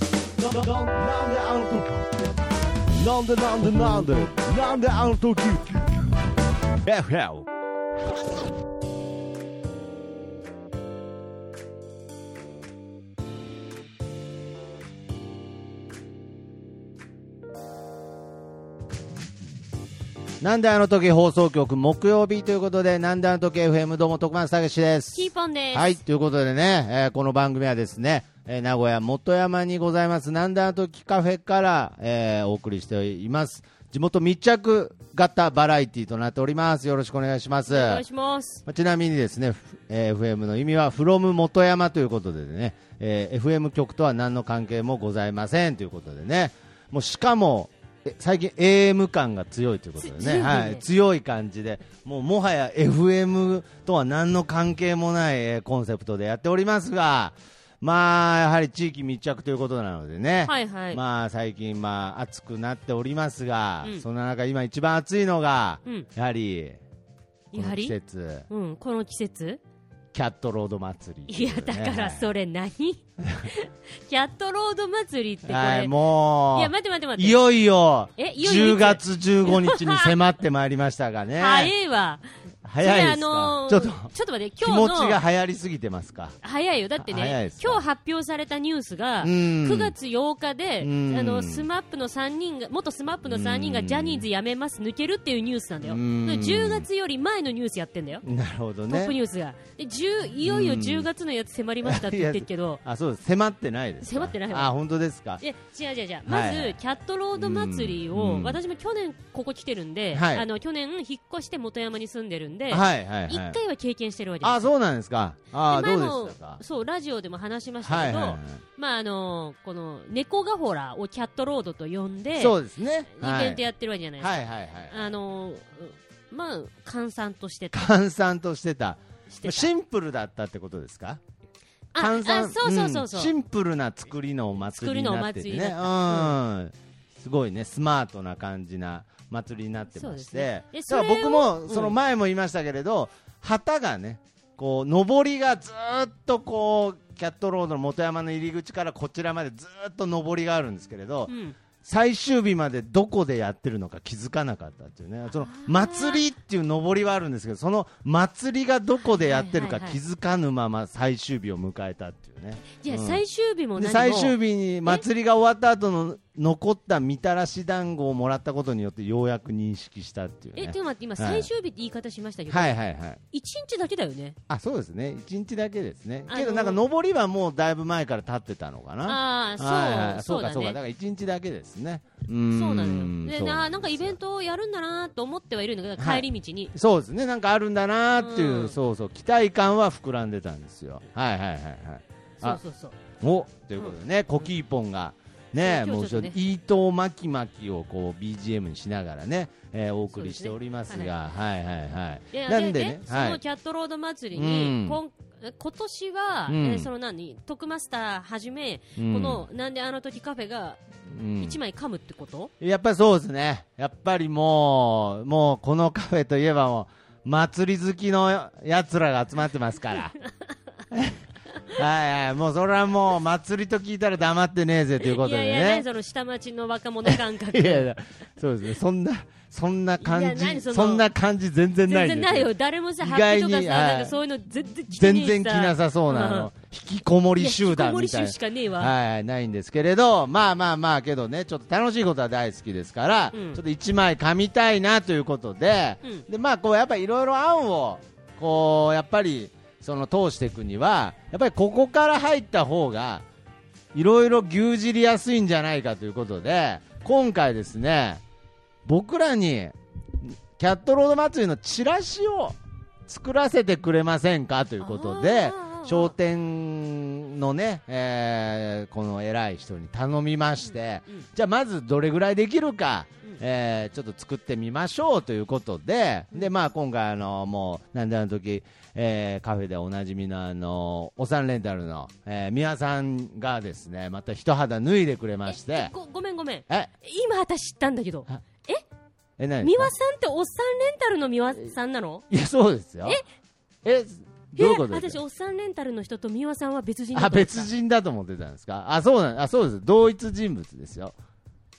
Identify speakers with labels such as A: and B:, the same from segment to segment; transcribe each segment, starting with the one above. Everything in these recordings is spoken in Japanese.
A: なんであの時なんでなんでなんでなんであの時 FM
B: なんであの時放送局木曜日ということで、なんであの時 FM どうも徳松剛志です。
C: キーポンです。
B: はい、ということでね、えーこの番組はですね、えー名古屋元山にございます、なんだあときカフェから、えーお送りしています。地元密着型バラエティとなっております。よろしくお願いします。
C: お願いします。
B: まあちなみにですね、ふえー FM の意味は from 元山ということでね、えー FM 局とは何の関係もございませんということでね、もうしかも、え最近 AM 感が強いということで
C: つ強
B: ね、
C: いね
B: はい、強い感じで、もうもはや FM とは何の関係もない、えーコンセプトでやっておりますが、まあ、やはり地域密着ということなのでね、
C: はいはい
B: まあ、最近、まあ、暑くなっておりますが、
C: うん
B: そんな中、今一番暑いのが、
C: うん
B: やはり、こ
C: や
B: の
C: は
B: 季
C: り、
B: 節、
C: うん、この季節
B: キャットロード祭り、
C: いや、だからそれ何 キャットロード祭りってこれ。
B: はい、
C: い
B: もう、
C: や、待って待って待って。
B: いよいよ、
C: えいよいよ
B: 10
C: いつ
B: 月15日に迫ってまいりましたが ね。
C: 早いわ。
B: 早いですか、
C: それあのー
B: ちょっと、
C: ちょっと待って、
B: 気
C: 今
B: 持
C: 日の。
B: ちが流行りすぎてますか。
C: 早いよ。だって
B: 早い
C: ね
B: です、か
C: 今日発表されたニュースが、
B: うん
C: 9月8日で、
B: うん
C: あの、スマップの3人が、元スマップの3人がジャニーズ辞めます、抜けるっていうニュースなんだよ。
B: うん
C: 10月より前のニュースやってんだよ。
B: なるほど
C: トップニ
B: ね。、
C: ュースが。で、10いよいよ10月のやつ迫りましたって言ってるけど
B: あ、そうです。迫ってないですか。
C: 迫ってないわ
B: あ、本当ですか。
C: で違う違う違う、
B: は
C: ま
B: いはい
C: ずキャットロード祭り
B: う
C: を
B: ん、
C: 私も去年ここ来てるんで、
B: はい
C: あの去年、引っ越して元山に住んでるんで、
B: はいはい
C: 一
B: はい。
C: 回は経験してるわけです。
B: あ、そうなんですか。あ、ど
C: で
B: う
C: 前
B: で
C: も
B: したか。
C: そうラジオでも話しましたけど、まああのこの猫がほらをキャットロードと呼んで、
B: そうですね。
C: イベント
B: や
C: やってるわけじゃないですか、
B: はいはいはい。
C: あのまあ閑散としてた
B: 閑散としてた。
C: してた
B: シンプルだったってことですか
C: あ
B: 炭酸
C: あそうそうそうそう、
B: んシンプルな作りのお祭りになっててね
C: 作りのお祭
B: う
C: り
B: んすごいねスマートな感じな祭りになってまして、
C: そうです
B: だ
C: ね
B: から僕
C: でそれ
B: も
C: を
B: その前も言いましたけれど、旗がねこう上りがずーっとこうキャットロードの元山の入り口からこちらまでずーっと上りがあるんですけれど、
C: うん
B: 最終日までどこでやってるのか気づかなかったっていうね、その祭りっていう上りはあるんですけど、その祭りがどこでやってるか
C: はいはいは
B: 気
C: い
B: づかぬまま最終日を迎えたっていうね。
C: いや
B: うん
C: 最終日も
B: で
C: 何も
B: 最終日に祭りが終わった後の残ったみたらし団子をもらったことによってようやく認識したっていう
C: え
B: ね
C: で。も待って今、
B: はい
C: 最終日って言い方しましたけど、
B: はいはいはい。
C: 一日だけだよね。
B: あ、そうですね。一日だけですね。
C: あの
B: けどなんか上りはもうだいぶ前から立ってたのかな。
C: ああ、そう、
B: はいはい
C: そう
B: か
C: だ
B: そうか。だか
C: ね。
B: ら一日だけですね。
C: そうな
B: うん
C: のよ。で、
B: そう
C: ななんかイベントをやるんだなと思ってはいるんだけど、
B: はい
C: 帰り道に。
B: そうですね、なんかあるんだなーっていう、
C: うん
B: そうそう、期待感は膨らんでたんですよ。はいはいはいはい。
C: そう
B: あ
C: そうそう。
B: おということでね、コキーポンが、ね、
C: そう
B: もう
C: 今日
B: ち
C: ち
B: ょ
C: ょ
B: っ
C: っ
B: と
C: とね
B: 伊藤まきまきをこう BGM にしながらね、えーお送りしております
C: そうですね
B: が、はいはいはい。
C: で、
B: なんで
C: で
B: ね
C: ね、、そ
B: は
C: の
B: い。
C: キャットロード祭り
B: うん
C: に、こん今年は、
B: うん
C: えーその何、徳マスターはじめ、
B: こ
C: この、なんであの時カフェが
B: うん
C: 一枚噛むってこと
B: やっぱりそうですね、やっぱりもう、もうこのカフェといえばもう、祭り好きのやつらが集まってます から。はいはい、もうそれはもう祭りと聞いたら黙ってねえぜということ
C: い
B: で
C: や
B: ね。
C: いや、何その下町の若者感覚。
B: いやいや、そうですね。そんな、そんな感
C: いや
B: じ、
C: 何そ
B: そ
C: の
B: んな感じ全然
C: 全
B: ないん
C: 然
B: です
C: ないよ。誰もさ、
B: 意
C: ハ
B: 外
C: ッ
B: に
C: ピーとかさ、
B: はい
C: なんかそういうの全然来てね
B: 全
C: えし
B: 然着なさそうな、あ
C: うん
B: の、引きこも
C: い
B: り
C: や
B: 集団
C: 引きこもり
B: みたい
C: 集
B: な
C: し。かねえわ。
B: はい、ないんですけれど、まあまあまあ、けどね、ちょっと楽しいことは大好きですから、
C: うん
B: ちょっと一枚噛みたいなということで、
C: うん
B: で、まあ、こう、やっぱりいろいろ案を、こう、やっぱり、その、通していくには、やっぱりここから入った方が、いろいろ牛耳りやすいんじゃないかということで、今回ですね、僕らに、キャットロード祭りのチラシを作らせてくれませんかということで
C: あー、
B: 商店のね、えーこの偉い人に頼みまして、
C: うんうん
B: じゃあまずどれぐらいできるか、
C: うん
B: えーちょっと作ってみましょうということで、で、まあ今回あの、もう、なんであの時、えーカフェでおなじみのあの、おさんレンタルの、えー、宮さんがですね、また一肌脱いでくれまし
C: え
B: て、
C: ごごめんごめん。
B: え、
C: 今私知ったんだけど。
B: え、何です
C: 美
B: か
C: 輪さんっておっさんレンタルの美輪さんなの
B: いや、そうですよ。えどういうことです
C: 私、
B: か
C: おっさんレンタルの人と三輪さんは別人だと
B: あ
C: 思って
B: 別
C: た
B: 人だと思ってたんですかあそうなんあそうです同一人物ですよ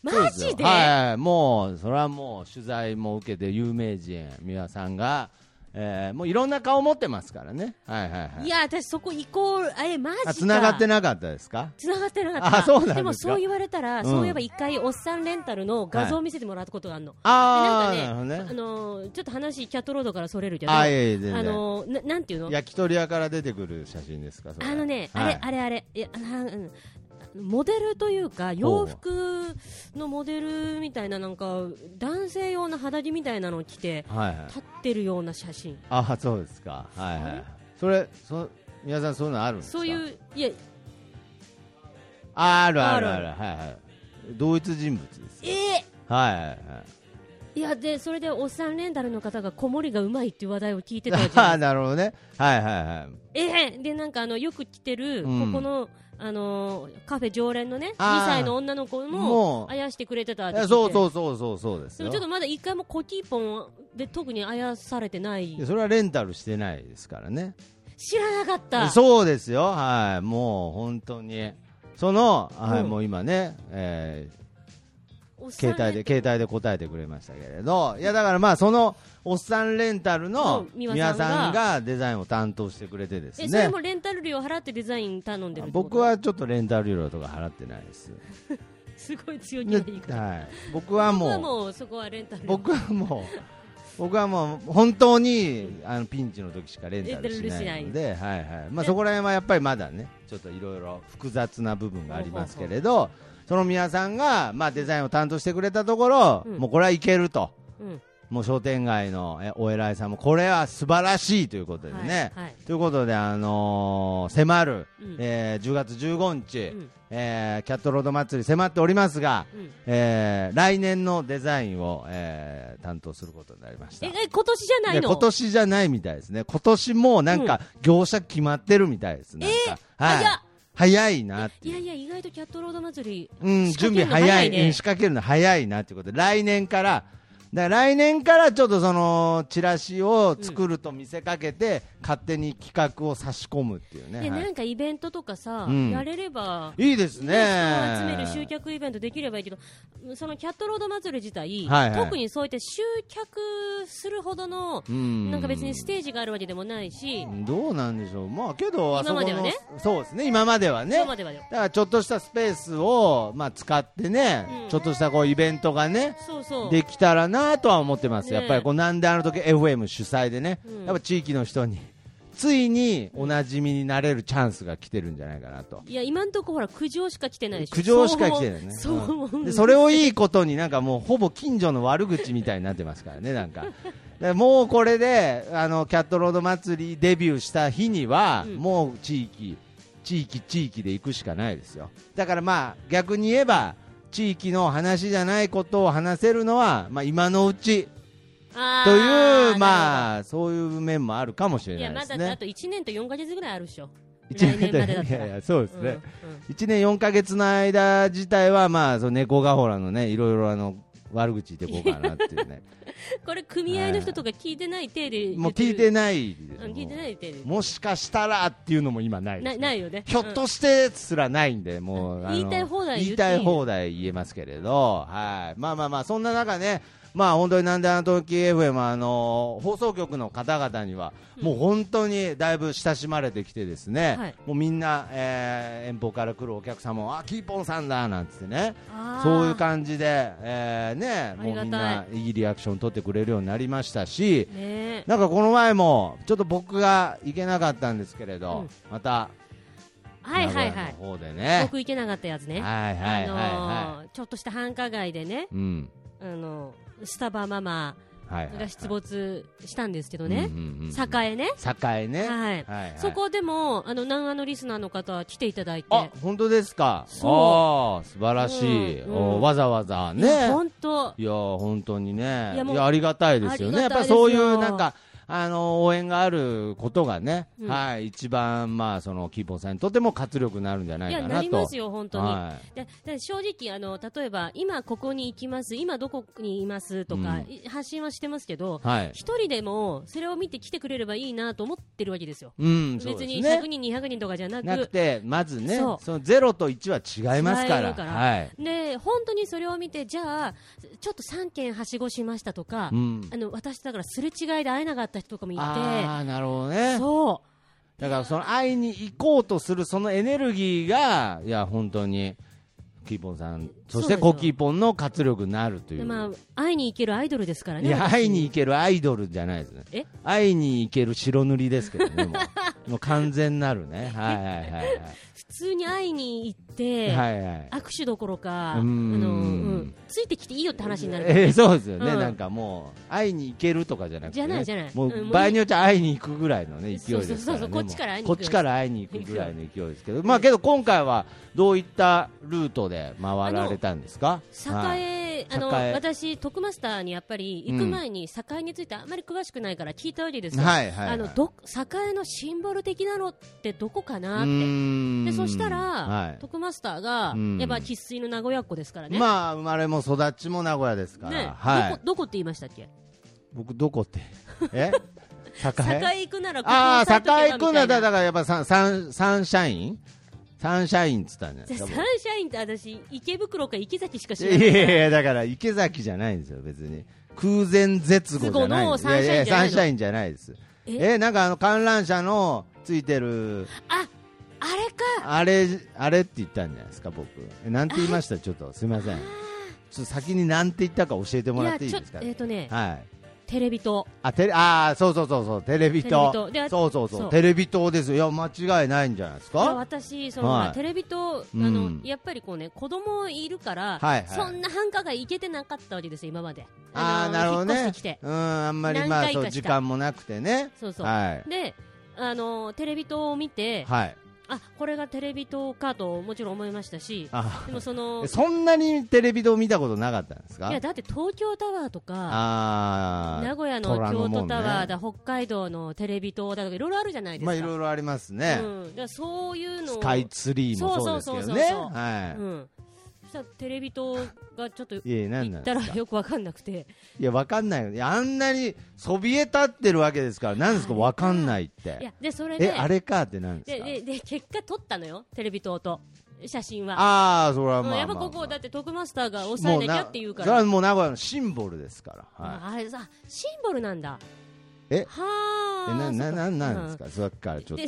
C: マジ
B: そう
C: です
B: よはいはいはい、もうそれはもう取材も受けて有名人美輪さんが、えーもういろんな顔持ってますからねはいはいはい
C: いや、私、そこ移行、え、マジか。
B: あ繋がってなかったですか
C: 繋がってなかった。
B: あそうなんですか
C: でもそう言われたら、
B: ん
C: そういえば一回、おっさんレンタルの画像を見せてもらったことがあるの。
B: ああ
C: で
B: な
C: な
B: るほ
C: ん
B: ど
C: かね、
B: ね
C: あのーちょっと話、キャットロードからそれるけど、
B: あいえいえ全然
C: あのーななんていうの
B: 焼き鳥屋から出てくる写真ですかそれ
C: あのね、
B: はい
C: あれあれあれいやなうんモデルというか洋服のモデルみたいななんか男性用の肌着みたいなのを着て
B: はいはい
C: 立ってるような写真
B: あそうですかはいは
C: あれ
B: いそれそ皆さんそういうのあるんですか
C: そういういや
B: ああるある
C: あ
B: あ
C: る
B: るはいはい同一人物です
C: ええ
B: はいはい はい
C: いやでそれでおっさんレンタルの方が子守りがうまいっていう話題を聞いてた わけ
B: ああーなるほどねはいはいはい
C: ええでなんかあのよく来てる、
B: うん
C: ここの、あのーカフェ常連のね
B: あー
C: 2歳の女の子も
B: もう
C: あやしてくれてたって聞い
B: え
C: て
B: そうそうそうそうそうです
C: で
B: よ
C: もちょっとまだ一回もコキーポンで特にあやされてない
B: いやそれはレンタルしてないですからね
C: 知らなかった
B: そうですよはいもう本当にその、はい
C: うん
B: もう今ね、え
C: おっ
B: ー
C: さん
B: 携帯で携帯で答えてくれましたけれどいやだからまあそのおっさんレンタルの
C: うん美
B: 美
C: 輪さ
B: 輪
C: んが
B: さんがデザインを担当してくれてです
C: えそれ
B: ね
C: もレンタル料払ってデザイン頼んでるってこと
B: 僕はちょっとレンタル料とか払ってないですよ、
C: すごい強気な
B: ね
C: 言い方
B: はい、僕は
C: 僕
B: も
C: は
B: う
C: もうそこはレンタル
B: 僕はもう僕はもう本当にあのピンチの時しかレンタルしないので、はいはいまあ、そこら辺はやっぱりまだねちょっといろいろ複雑な部分がありますけれどその皆さんが、まあ、デザインを担当してくれたところ、
C: うん
B: もうこれはいけると
C: うん
B: もう商店街のえお偉いさんもこれは素晴らしいということでね。
C: はいはい
B: ということで、あのー迫る、
C: うん
B: えー10月15日、
C: うん
B: えーキャットロード祭り迫っておりますが、
C: うん
B: えー来年のデザインを、えー担当することになりました
C: え。え今年じゃない
B: で
C: の
B: 今年じゃないみたいですね。今年もうなんか、業者決まってるみたいです。なんかはい
C: 早っ
B: 早いなって
C: い
B: いう
C: やいや意外とキャットロード祭り
B: うん、
C: 仕
B: 準
C: 掛け
B: 備
C: るの早
B: 早
C: い
B: い、
C: ね
B: うん仕掛けるの早いなっていうことで、来年から、だから来年からちょっとそのチラシを作ると見せかけて、勝手に企画を差し込むっていうね、
C: で
B: はい
C: なんかイベントとかさ
B: うん
C: やれれば
B: いいですね、
C: 人を集める集客イベントできればいいけどそのキャットロード祭り自体
B: はいはい
C: 特にそうやって集客するほどの
B: うん
C: なんか別にステージがあるわけでもないし
B: どうなんでしょう、まあけど、あそこの
C: 今まではね
B: そうですね、今まではね、
C: 今まではよ
B: だからちょっとしたスペースを、まあ、使ってね、
C: うん
B: ちょっとしたこうイベントがね、
C: そうそう
B: できたらなとは思ってます、
C: ねえ
B: やっぱりこうなんであの時 FM 主催でね、
C: うん
B: やっぱ地域の人についにおなじみになれるチャンスが来てるんじゃないかなと。
C: いや今んとこほら苦情しか来てないでしょ
B: 苦情しか来てないね
C: そう思
B: う
C: うそうん思う
B: でそれをいいことになんかもうほぼ近所の悪口みたいになってますからねなんかでもうこれであのキャットロード祭りデビューした日には、
C: うん
B: もう地域地域地域で行くしかないですよだからまあ逆に言えば地域の話じゃないことを話せるのは、まあ、今のうち
C: あー
B: という
C: なる
B: まあそういう面もあるかもし
C: ほど
B: れ
C: いや
B: ない
C: ま
B: です
C: だあ
B: ね
C: と1年と4か月ぐらいあるでしょ
B: 一
C: 来年までだったら
B: いやいやそうです
C: うん
B: ね、
C: うん
B: 1年4か月の間自体は、まあ、その猫がほらのね、いろいろあの、悪口言っていこうかなって いうね。
C: これ組合の人とか聞いてない手で
B: もう聞いて
C: ない
B: ないで
C: 聞いてない手で
B: もうもしかしたらっていうのも今ないです
C: な
B: ね
C: ないよね
B: ひょっとしてすらないんで、もう、あの
C: 言いたい放題言っていい
B: 言いたい放題言えますけれど、はい。まあまあまあ、そんな中ね、まあ本当になんであの時 FM は、あの、放送局の方々には、もう本当にだいぶ親しまれてきてですね、
C: はい
B: もうみんな、えー遠方から来るお客様も、あ、キーポンさんだ、なんつってね、
C: あー
B: そういう感じで、えーね、もうみん
C: ありが
B: な、いいリアクション取ってくれるようになりましたし、
C: ねえ
B: なんかこの前も、ちょっと僕が行けなかったんですけれど、
C: うん
B: また、名古屋の
C: はいはいはい
B: 方でね。
C: 僕行けなかったやつね
B: はいはいはいは
C: あのーちょっとした繁華街でね
B: い。うん。
C: あのースタバママ
B: はいはいはい。
C: が出没したんですけどね
B: うんうんうん
C: 栄ね
B: 栄ね。
C: はい
B: はいはい
C: そこでもあの南アのリスナーの方は来ていただいて
B: あ、本当ですか。
C: そう
B: あー素晴らしい。
C: うんうん
B: おわざわざね。
C: 本当
B: いやー本当にね。
C: い
B: い
C: や
B: や
C: もう
B: ーありがたいですよね。
C: あ
B: や
C: り
B: っ
C: が
B: たぱ
C: いですよ
B: そういうなんかあの応援があることがね、
C: うん
B: はい、一番、まあ、そのキーポンさんにとっても活力になるんじゃないいか
C: や、
B: なと。
C: なりますよ、本当に。
B: は
C: でで正直あの、例えば今ここに行きます、今どこにいますとか、
B: うん
C: い発信はしてますけど、
B: い、はい、
C: 一人でもそれを見て来てくれればいいなと思ってるわけですよ、
B: うん、そう
C: 別
B: で
C: に
B: すね
C: 100。人、200人とかじゃなく。
B: なくて、まずね、
C: そ
B: そうのゼロと一は違いますか
C: 違
B: ら。
C: うから
B: はい。
C: で本当にそれを見て、じゃあ、ちょっと3件はしごしましたとか、
B: うん。
C: あの私、だからすれ違いで会えなかった人とかもい
B: あ
C: て、
B: あ、なるほどね。
C: そ
B: だからその会いに行こうとするそのエネルギーが、いや、本当に、キーポンさん、そして
C: そうですよ
B: コキーポンの活力になると
C: う
B: い
C: で、
B: う。
C: まあ、会いに行けるアイドルですからね、
B: いや、
C: 私
B: 会いに行けるアイドルじゃないですね。
C: え
B: 会いに行ける白塗りですけどね、も う。もう完全なるね。はいはい
C: 普通に会いに行って、
B: はいはい。はいはい。
C: 握手どころか、あ
B: う
C: の
B: ー
C: うんん、ついてきていいよって話になるから、
B: えーそうですよね、
C: うん
B: なんかもう、会いに行けるとかじゃなくて、ね、
C: じゃないじゃない
B: も
C: うんも
B: う
C: う
B: 場合によっては会いに行くぐらいの、ね、勢いですから、ね、
C: そうそうそうそう
B: も
C: こっちから会いに
B: こ
C: 行
B: っ
C: く
B: ちから会いに行くぐらいの勢いですけど、まあけど今回はどういったルートで回られたんですか、はい
C: 栄、あの
B: 栄
C: 私、徳マスターにやっぱり行く前に栄についてあんまり詳しくないから聞いたわけですよ、
B: はいはいはい
C: あのど栄のシンボル的なのってどこか
B: う
C: なって。
B: ーん
C: でそしたら、
B: はい
C: 徳マスターが、
B: うん
C: やっぱ生粋の名古屋っ子ですからね、
B: まあ生まれも育ちも名古屋ですから、
C: ね
B: は
C: ど
B: い
C: こ、どこって言いましたっけ、
B: 僕、どこ って、え栄
C: 栄行くならここ
B: あ
C: 押さえとけば
B: あ、栄君だ、
C: みたい
B: だ
C: な
B: からやっぱサンサンサンシャインサンシャインっつったんじゃない
C: じ
B: です
C: ゃあ
B: か
C: サン
B: 僕
C: シャインって私、池袋か池崎しか知
B: いや
C: らない
B: い
C: から
B: やいや、だから池崎じゃないんですよ、別に。空前絶後じゃないんです。
C: 都合の
B: いやいや
C: サ
B: サ
C: ン
B: ン
C: シ
B: シ
C: ャ
B: ャインじゃないです。
C: え
B: えなんかあの観覧車のついてる、
C: ああれか、
B: あれ、あれって言ったんじゃないですか、僕。え、なんて言いましたちょっと、すみません。ちょっと先になんて言ったか教えてもらっていいですか
C: やちょえっ、とね、
B: はい。
C: テレビと、
B: あ、テレ、あーそうそうそうそう、テレビ塔。
C: テレビ塔であ
B: そうそうそう
C: そう
B: テレビ塔ですよ。いや、間違いないんじゃないですか
C: 私、その、
B: はい
C: まあテレビと、あ
B: うん
C: の、やっぱりこうね、子供いるから、
B: はいはい
C: そんな繁華街行けてなかったわけですよ、今まで。
B: ああー、
C: の
B: なるほど
C: 引っ
B: ね
C: 越してきて。。
B: うん、あんまり
C: 何
B: まあ、
C: 回か
B: そう、
C: し
B: 時
C: か
B: 間もなくてね。
C: そうそう。
B: は
C: で、あの、テレビ塔を見
B: い。
C: て、
B: はい。
C: あ、これがテレビ塔かと、もちろん思いましたし、
B: あ
C: でもその
B: え、そんなにテレビ塔見たことなかったんですか
C: いや、だって東京タワーとか、
B: あー
C: 名古屋の
B: 虎
C: 京
B: 門
C: 都
B: ね
C: タワーだ、北海道のテレビ塔だとか、いろいろあるじゃないです
B: ま
C: か。
B: あいろいろありますね、
C: うん。だからそういうのを。
B: スカイツリーもそうですけどね
C: そうそうそうそう
B: は
C: うん。そしたらテレビ塔がちょっと
B: い、いや何
C: 行
B: な
C: っ
B: ん
C: た
B: です
C: ら
B: か
C: よくわかんなくて、
B: いやわかんないよいやあんなにそびえ立ってるわけですからなんですかわかんないっ
C: いや
B: て
C: でそれ
B: え
C: で
B: あれかってなんです
C: で
B: か
C: でで結果撮ったのよ、テレビ塔と写真は。
B: ああそれは
C: うん
B: まあ、
C: やっぱここ、だって徳マスターが抑えなきゃって言うか
B: それ
C: ら、
B: はもう名古屋のシンボルですから、はい
C: ああれさ、シンボルなんだ。
B: え
C: は
B: えな
C: あ、
B: な
C: そっ
B: ななんですか、そっからちょっと
C: で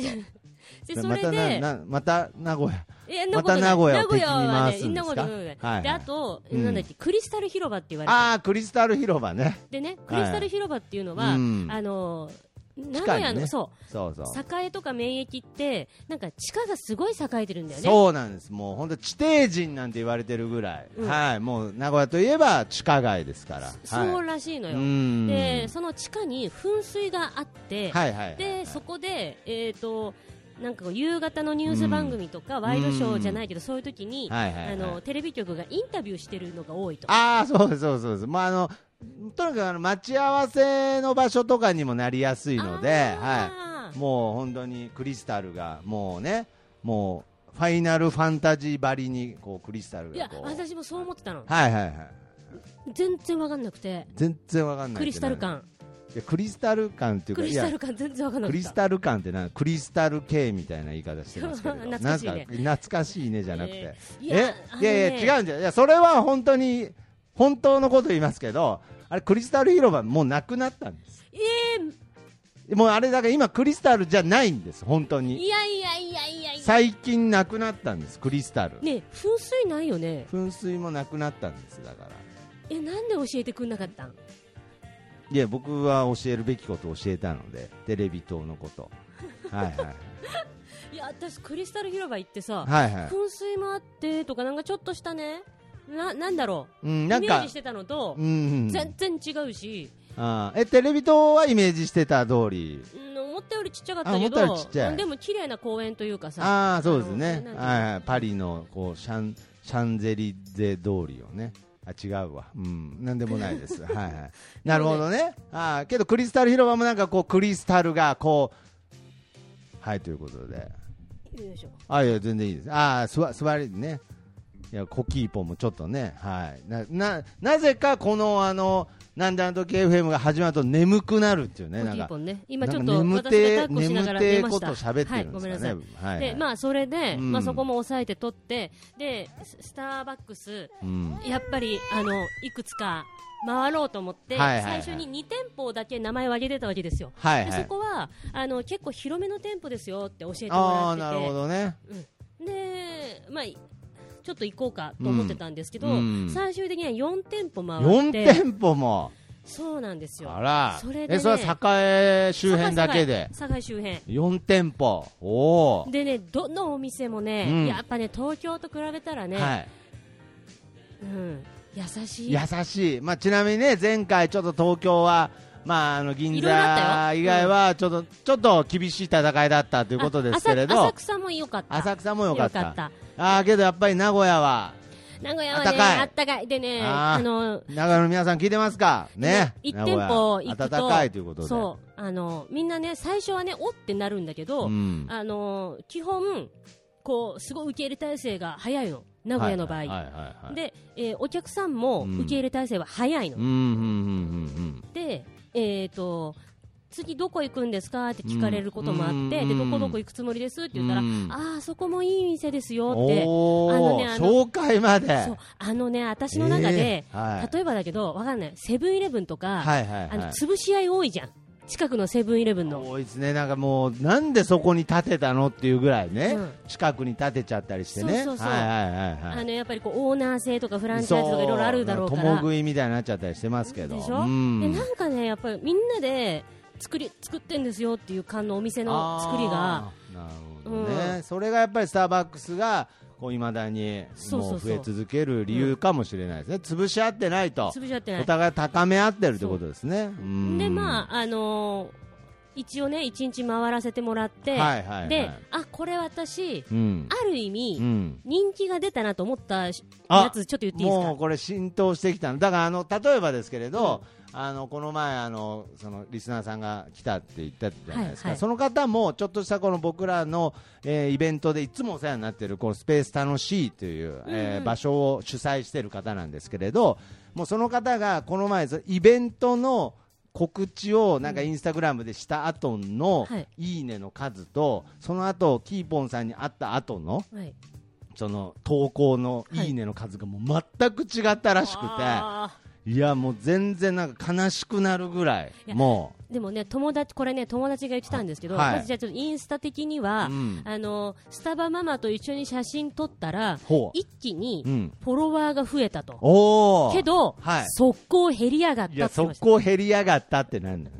C: でそ
B: ま
C: れ
B: たな
C: で、
B: なまた名古屋
C: いや
B: また名古屋を
C: 名古屋はね、
B: 敵に回すんですか
C: そなことない
B: はいはい
C: であと、
B: うん
C: なんだっけ、クリスタル広場って言われ
B: あ
C: て
B: あクリスタル広場ね
C: でね、クリスタル広場っていうのは、
B: うん
C: あのー名
B: 地
C: 古
B: 下にね
C: 屋の、そう
B: そうそう
C: 栄とか免疫ってなんか地下がすごい栄えてるんだよね
B: そうなんです、もう本当、地底人なんて言われてるぐらい、
C: うん
B: はい、もう名古屋といえば地下街ですから、
C: そう
B: はい、
C: らしいの
B: う
C: よ、
B: ん
C: でその地下に噴水があって、
B: はいはいはい、
C: でそこで、えー、となんかこう夕方のニュース番組とか、ワイドショーじゃないけど、そういう時に、
B: はいはいはい
C: あのテレビ局がインタビューしてるのが多いと。
B: ああ、そうですそうですそうです、まああのとにかくあの待ち合わせの場所とかにもなりやすいので、は
C: あー
B: い、もう本当にクリスタルが、もうね、もうファイナルファンタジーばりにこうクリスタル
C: い
B: が
C: や
B: こう、
C: 私もそう思ってたの、
B: はいはいはい、
C: 全然わかんなくて、
B: 全然わかんない
C: クリスタル
B: って
C: 感、
B: 何いや、クリスタル感っていうか、
C: クリ
B: い
C: ス
B: や
C: タル感、全然わかんな
B: ク
C: く
B: リ
C: て
B: ス、タル感ってなクリスタル系みたいな言い方してますけど
C: 懐かしいね
B: なん懐かしいねじゃなくて、
C: えー
B: え
C: いやあの
B: い
C: ね
B: やいや違うんじゃいやそれは本当に本当のこと言いますけどあれクリスタル広場もうなくなったんですもうあれだから今クリスタルじゃないんです本当
C: い
B: に
C: やいやいやいやいや、
B: 最近なくなったんですクリスタル、
C: ねえ噴水ないよね、
B: 噴水もなくなったんですだから
C: えなんで教えてくんなかったん
B: いや僕は教えるべきことを教えたのでテレビ塔のことはいはい
C: いや私クリスタル広場行ってさ、
B: はいはい
C: 噴水もあってとかなんかちょっとしたねななんだろ
B: う
C: う、
B: んなん
C: イメー
B: か
C: ジしてたのと
B: う、ん
C: 全然違うし、
B: ああえテレビ塔はイメージしてた通り
C: うん思ったよりちっちゃかった
B: あ思
C: け
B: ったよりちっちゃ
C: ど
B: い
C: でも綺麗な公園というかさ
B: ああそうですね
C: あのなんていうの
B: はいはいパリのこうシャンシャンゼリゼ通りをねあ違うわ、うん、なんでもない です、はいはい、なるほどね、あーけどクリスタル広場もなんかこう、クリスタルがこう、はいということで、
C: よいしょ
B: あいや、全然いいです、ああ、すわ座りね、いや、コキーポンもちょっとね、はい、なななぜかこの、あの、なんであの時 FM が始まると眠くなるっていうね、
C: コ
B: なん
C: キー
B: か
C: ポ。ンね今ちょっ
B: な
C: と
B: ん
C: 私
B: か眠
C: が抱っこしながら
B: て
C: 寝ました
B: 眠てこと喋ってるんですかね
C: はい、ごめんなさい、
B: はいはい
C: でまあそれで、
B: うん
C: まあ、そこも抑えて取ってでススターバックス
B: うん
C: やっぱりあのいくつか回ろうと思って、
B: はいはいはい
C: 最初に2店舗だけ名前を挙げてたわけですよ、
B: はいはい
C: でそこはあの結構広めの店舗ですよって教えても
B: あ
C: ら
B: あー
C: って
B: な
C: て
B: るほどね
C: で、まあ、いちょっと行こうかと思ってたんですけど、
B: うんうん
C: 最終的には4店舗回
B: 4
C: って
B: 店舗も
C: そうなんですよ
B: あら
C: それでね
B: えそれは栄周辺だけで
C: 堺堺堺周辺
B: 4店舗おお、
C: でねどのお店もね、
B: うん
C: やっぱね東京と比べたらね、
B: はい
C: うん、優しい
B: 優しい、まあ、ちなみにね前回ちょっと東京はまあ、あの銀
C: いろいろあった
B: 座
C: よ
B: 以外はちょっと、ちょっと厳しい戦いだったということですけれど
C: あ
B: 浅
C: 浅草も良かった
B: 草も良かった
C: 良かった
B: ああけどやっぱり名古屋は
C: 名古屋はね
B: あったかい
C: あったかいでね
B: あー
C: あの
B: 名古屋の皆さん聞いてますかね
C: 一
B: 名
C: 店
B: 古屋
C: 舗行くと
B: 暖かいということで
C: そうあのみんなね最初はねおってなるんだけ
B: う
C: ど、
B: ん
C: あの基本こうすごい受け入れ体制が早いの名古屋の場合、
B: はいはいはいはい
C: で、えーお客さんも
B: うん
C: 受け入れ体制は早いの、
B: うんうんうん
C: でえっ、と次どこ行くんですかって聞かれることもあって、
B: うん
C: で
B: う
C: ど
B: ん
C: こどこ行くつもりですって言ったら、
B: うん
C: ああそこもいい店です
B: うんうん
C: よってあ
B: お
C: の
B: お、
C: ねあの
B: 紹介まで
C: そうあのね私の中で、
B: えーはい
C: 例えばだけどわかんないセブンイレブンとか、
B: はいはいはい
C: あの潰し合い多いじゃん近くのセブンイレブンの
B: 多いですね、なんかもう、なんでそこに建てたのっていうぐらいね、
C: うん
B: 近くに建てちゃったりしてね、
C: そうそうそう
B: はいはいはいは
C: あ
B: い、
C: のやっぱりこうオーナー制とかフランチャイズとかいろいろあるだろうか
B: 共
C: ら
B: 食いみたいになっちゃったりしてますけど、
C: でしょ、
B: うん
C: でなんかねやっぱりみんなで作り作ってんですよっていう感のお店の作りが
B: あーなるほどね、それがやっぱりスターバックスが、いまだに
C: そう
B: も
C: そううそう
B: 増え続ける理由かもしれないですね、潰し合ってないと、
C: 潰し合ってない
B: お互い高め合ってるってことですね。うん
C: でまああのー一応ね一日回らせてもらっ
B: は
C: て、
B: いはいはい
C: であこれ私、
B: うん
C: ある意味、
B: うん
C: 人気が出たなと思ったし
B: あ
C: やつちょっと言っていいです
B: も
C: か
B: うこれ浸透してきたのだからあの例えばですけれど、あのこの前あのそのリスナーさんが来たって言ったじゃないですか、
C: はいはい
B: その方もちょっとしたこの僕らの、えーイベントでいつもお世話になっているこのスペース楽しいという、えー場所を主催している方なんですけれどもうその方がこの前そのイベントの告知をなんかインスタグラムでした後の
C: はい
B: いいねの数と、その後キーポンさんに会った後の
C: はい
B: その投稿の
C: はい
B: いいねの数がもう全く違ったらしくて、
C: あ
B: い、やもう全然なんか悲しくなるぐらい
C: いや
B: も
C: ーでもね友達これね友達が言ってたんですけど、
B: はい
C: まずじゃあちょっとインスタ的には、
B: うん
C: あのスタバママと一緒に写真撮ったら
B: ほう
C: 一気に
B: うん
C: フォロワーが増えた
B: う
C: と、
B: おお
C: けど、
B: はい
C: 速攻減りやがっ
B: い
C: たって言
B: や
C: ってま
B: 速
C: した
B: 攻減りやがったってなんなん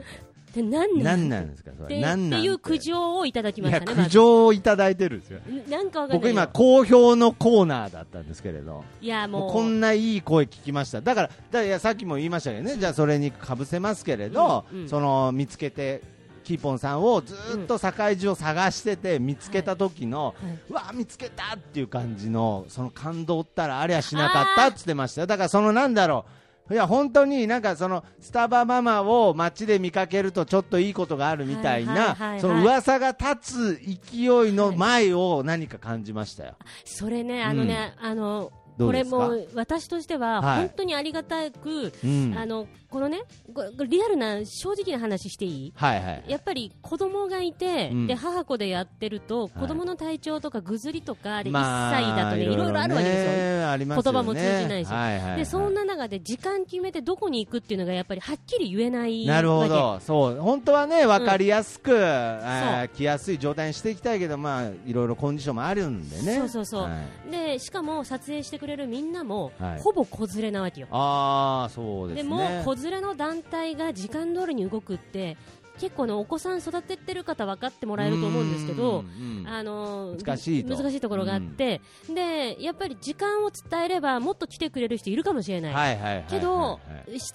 C: で何
B: なん
C: な
B: な
C: んっ
B: んですかそ
C: て
B: れなんなん
C: っていう苦
B: い
C: 情をいただきまし
B: や
C: たねま
B: 苦
C: ず
B: 情をいただいてるんですよ
C: なんかわかんない
B: 僕今
C: よ
B: 好評のコーナーだったんですけれど
C: いやも
B: も
C: う
B: うこんないい声聞きましただからだからいやさっきも言いましたけどね、じゃあそれにかぶせますけれど、
C: うんうん
B: その見つけてキーポンさんをずっと境地を探してて、見つけた時の、
C: はいう
B: わ見つけたっていう感じのその感動ったらありゃしなかったって言ってましたよだからそのなんだろういや本当になんかそのスタバママを街で見かけるとちょっといいことがあるみたい
C: はいはい
B: な
C: はいはい
B: その噂が立つ勢いの前を何か感じましたよ。
C: それねあのね、あの
B: どう
C: こ
B: で
C: れ
B: すか
C: も私としては
B: はい
C: 本当にありがたく、
B: うん
C: あのこのねごごリアルな正直な話していい
B: はいはい
C: やっぱり子供がいて、
B: うん
C: で母子でやってると、
B: はい
C: 子供の体調とかぐずりとかで、
B: ま
C: 1歳だとねいろいろあるわけですよ。
B: ねありますよね
C: 言葉も通じないし
B: はいはいはい
C: でそんな中で時間決めてどこに行くっていうのがやっぱりはっきり言えない
B: なるほ
C: わ
B: ど、そう本当はね分かりやすく、あー来やすい状態にしていきたいけど、まあ、いろいろコンディションもあるんでね、
C: そうそうそう
B: はい
C: けでしかも撮影してくれるみんなも、
B: はい
C: ほぼ子連れなわけよ
B: ああ、そうですね、
C: でも子連れの団体が時間通りに動くって結構ねお子さん育ててる方分かってもらえると思うんですけど
B: う、ん
C: あのー
B: 難しいと
C: 難しいところがあって、でやっぱり時間を伝えればもっと来てくれる人いるかもしれない、
B: はいはいはいはいはい
C: けど、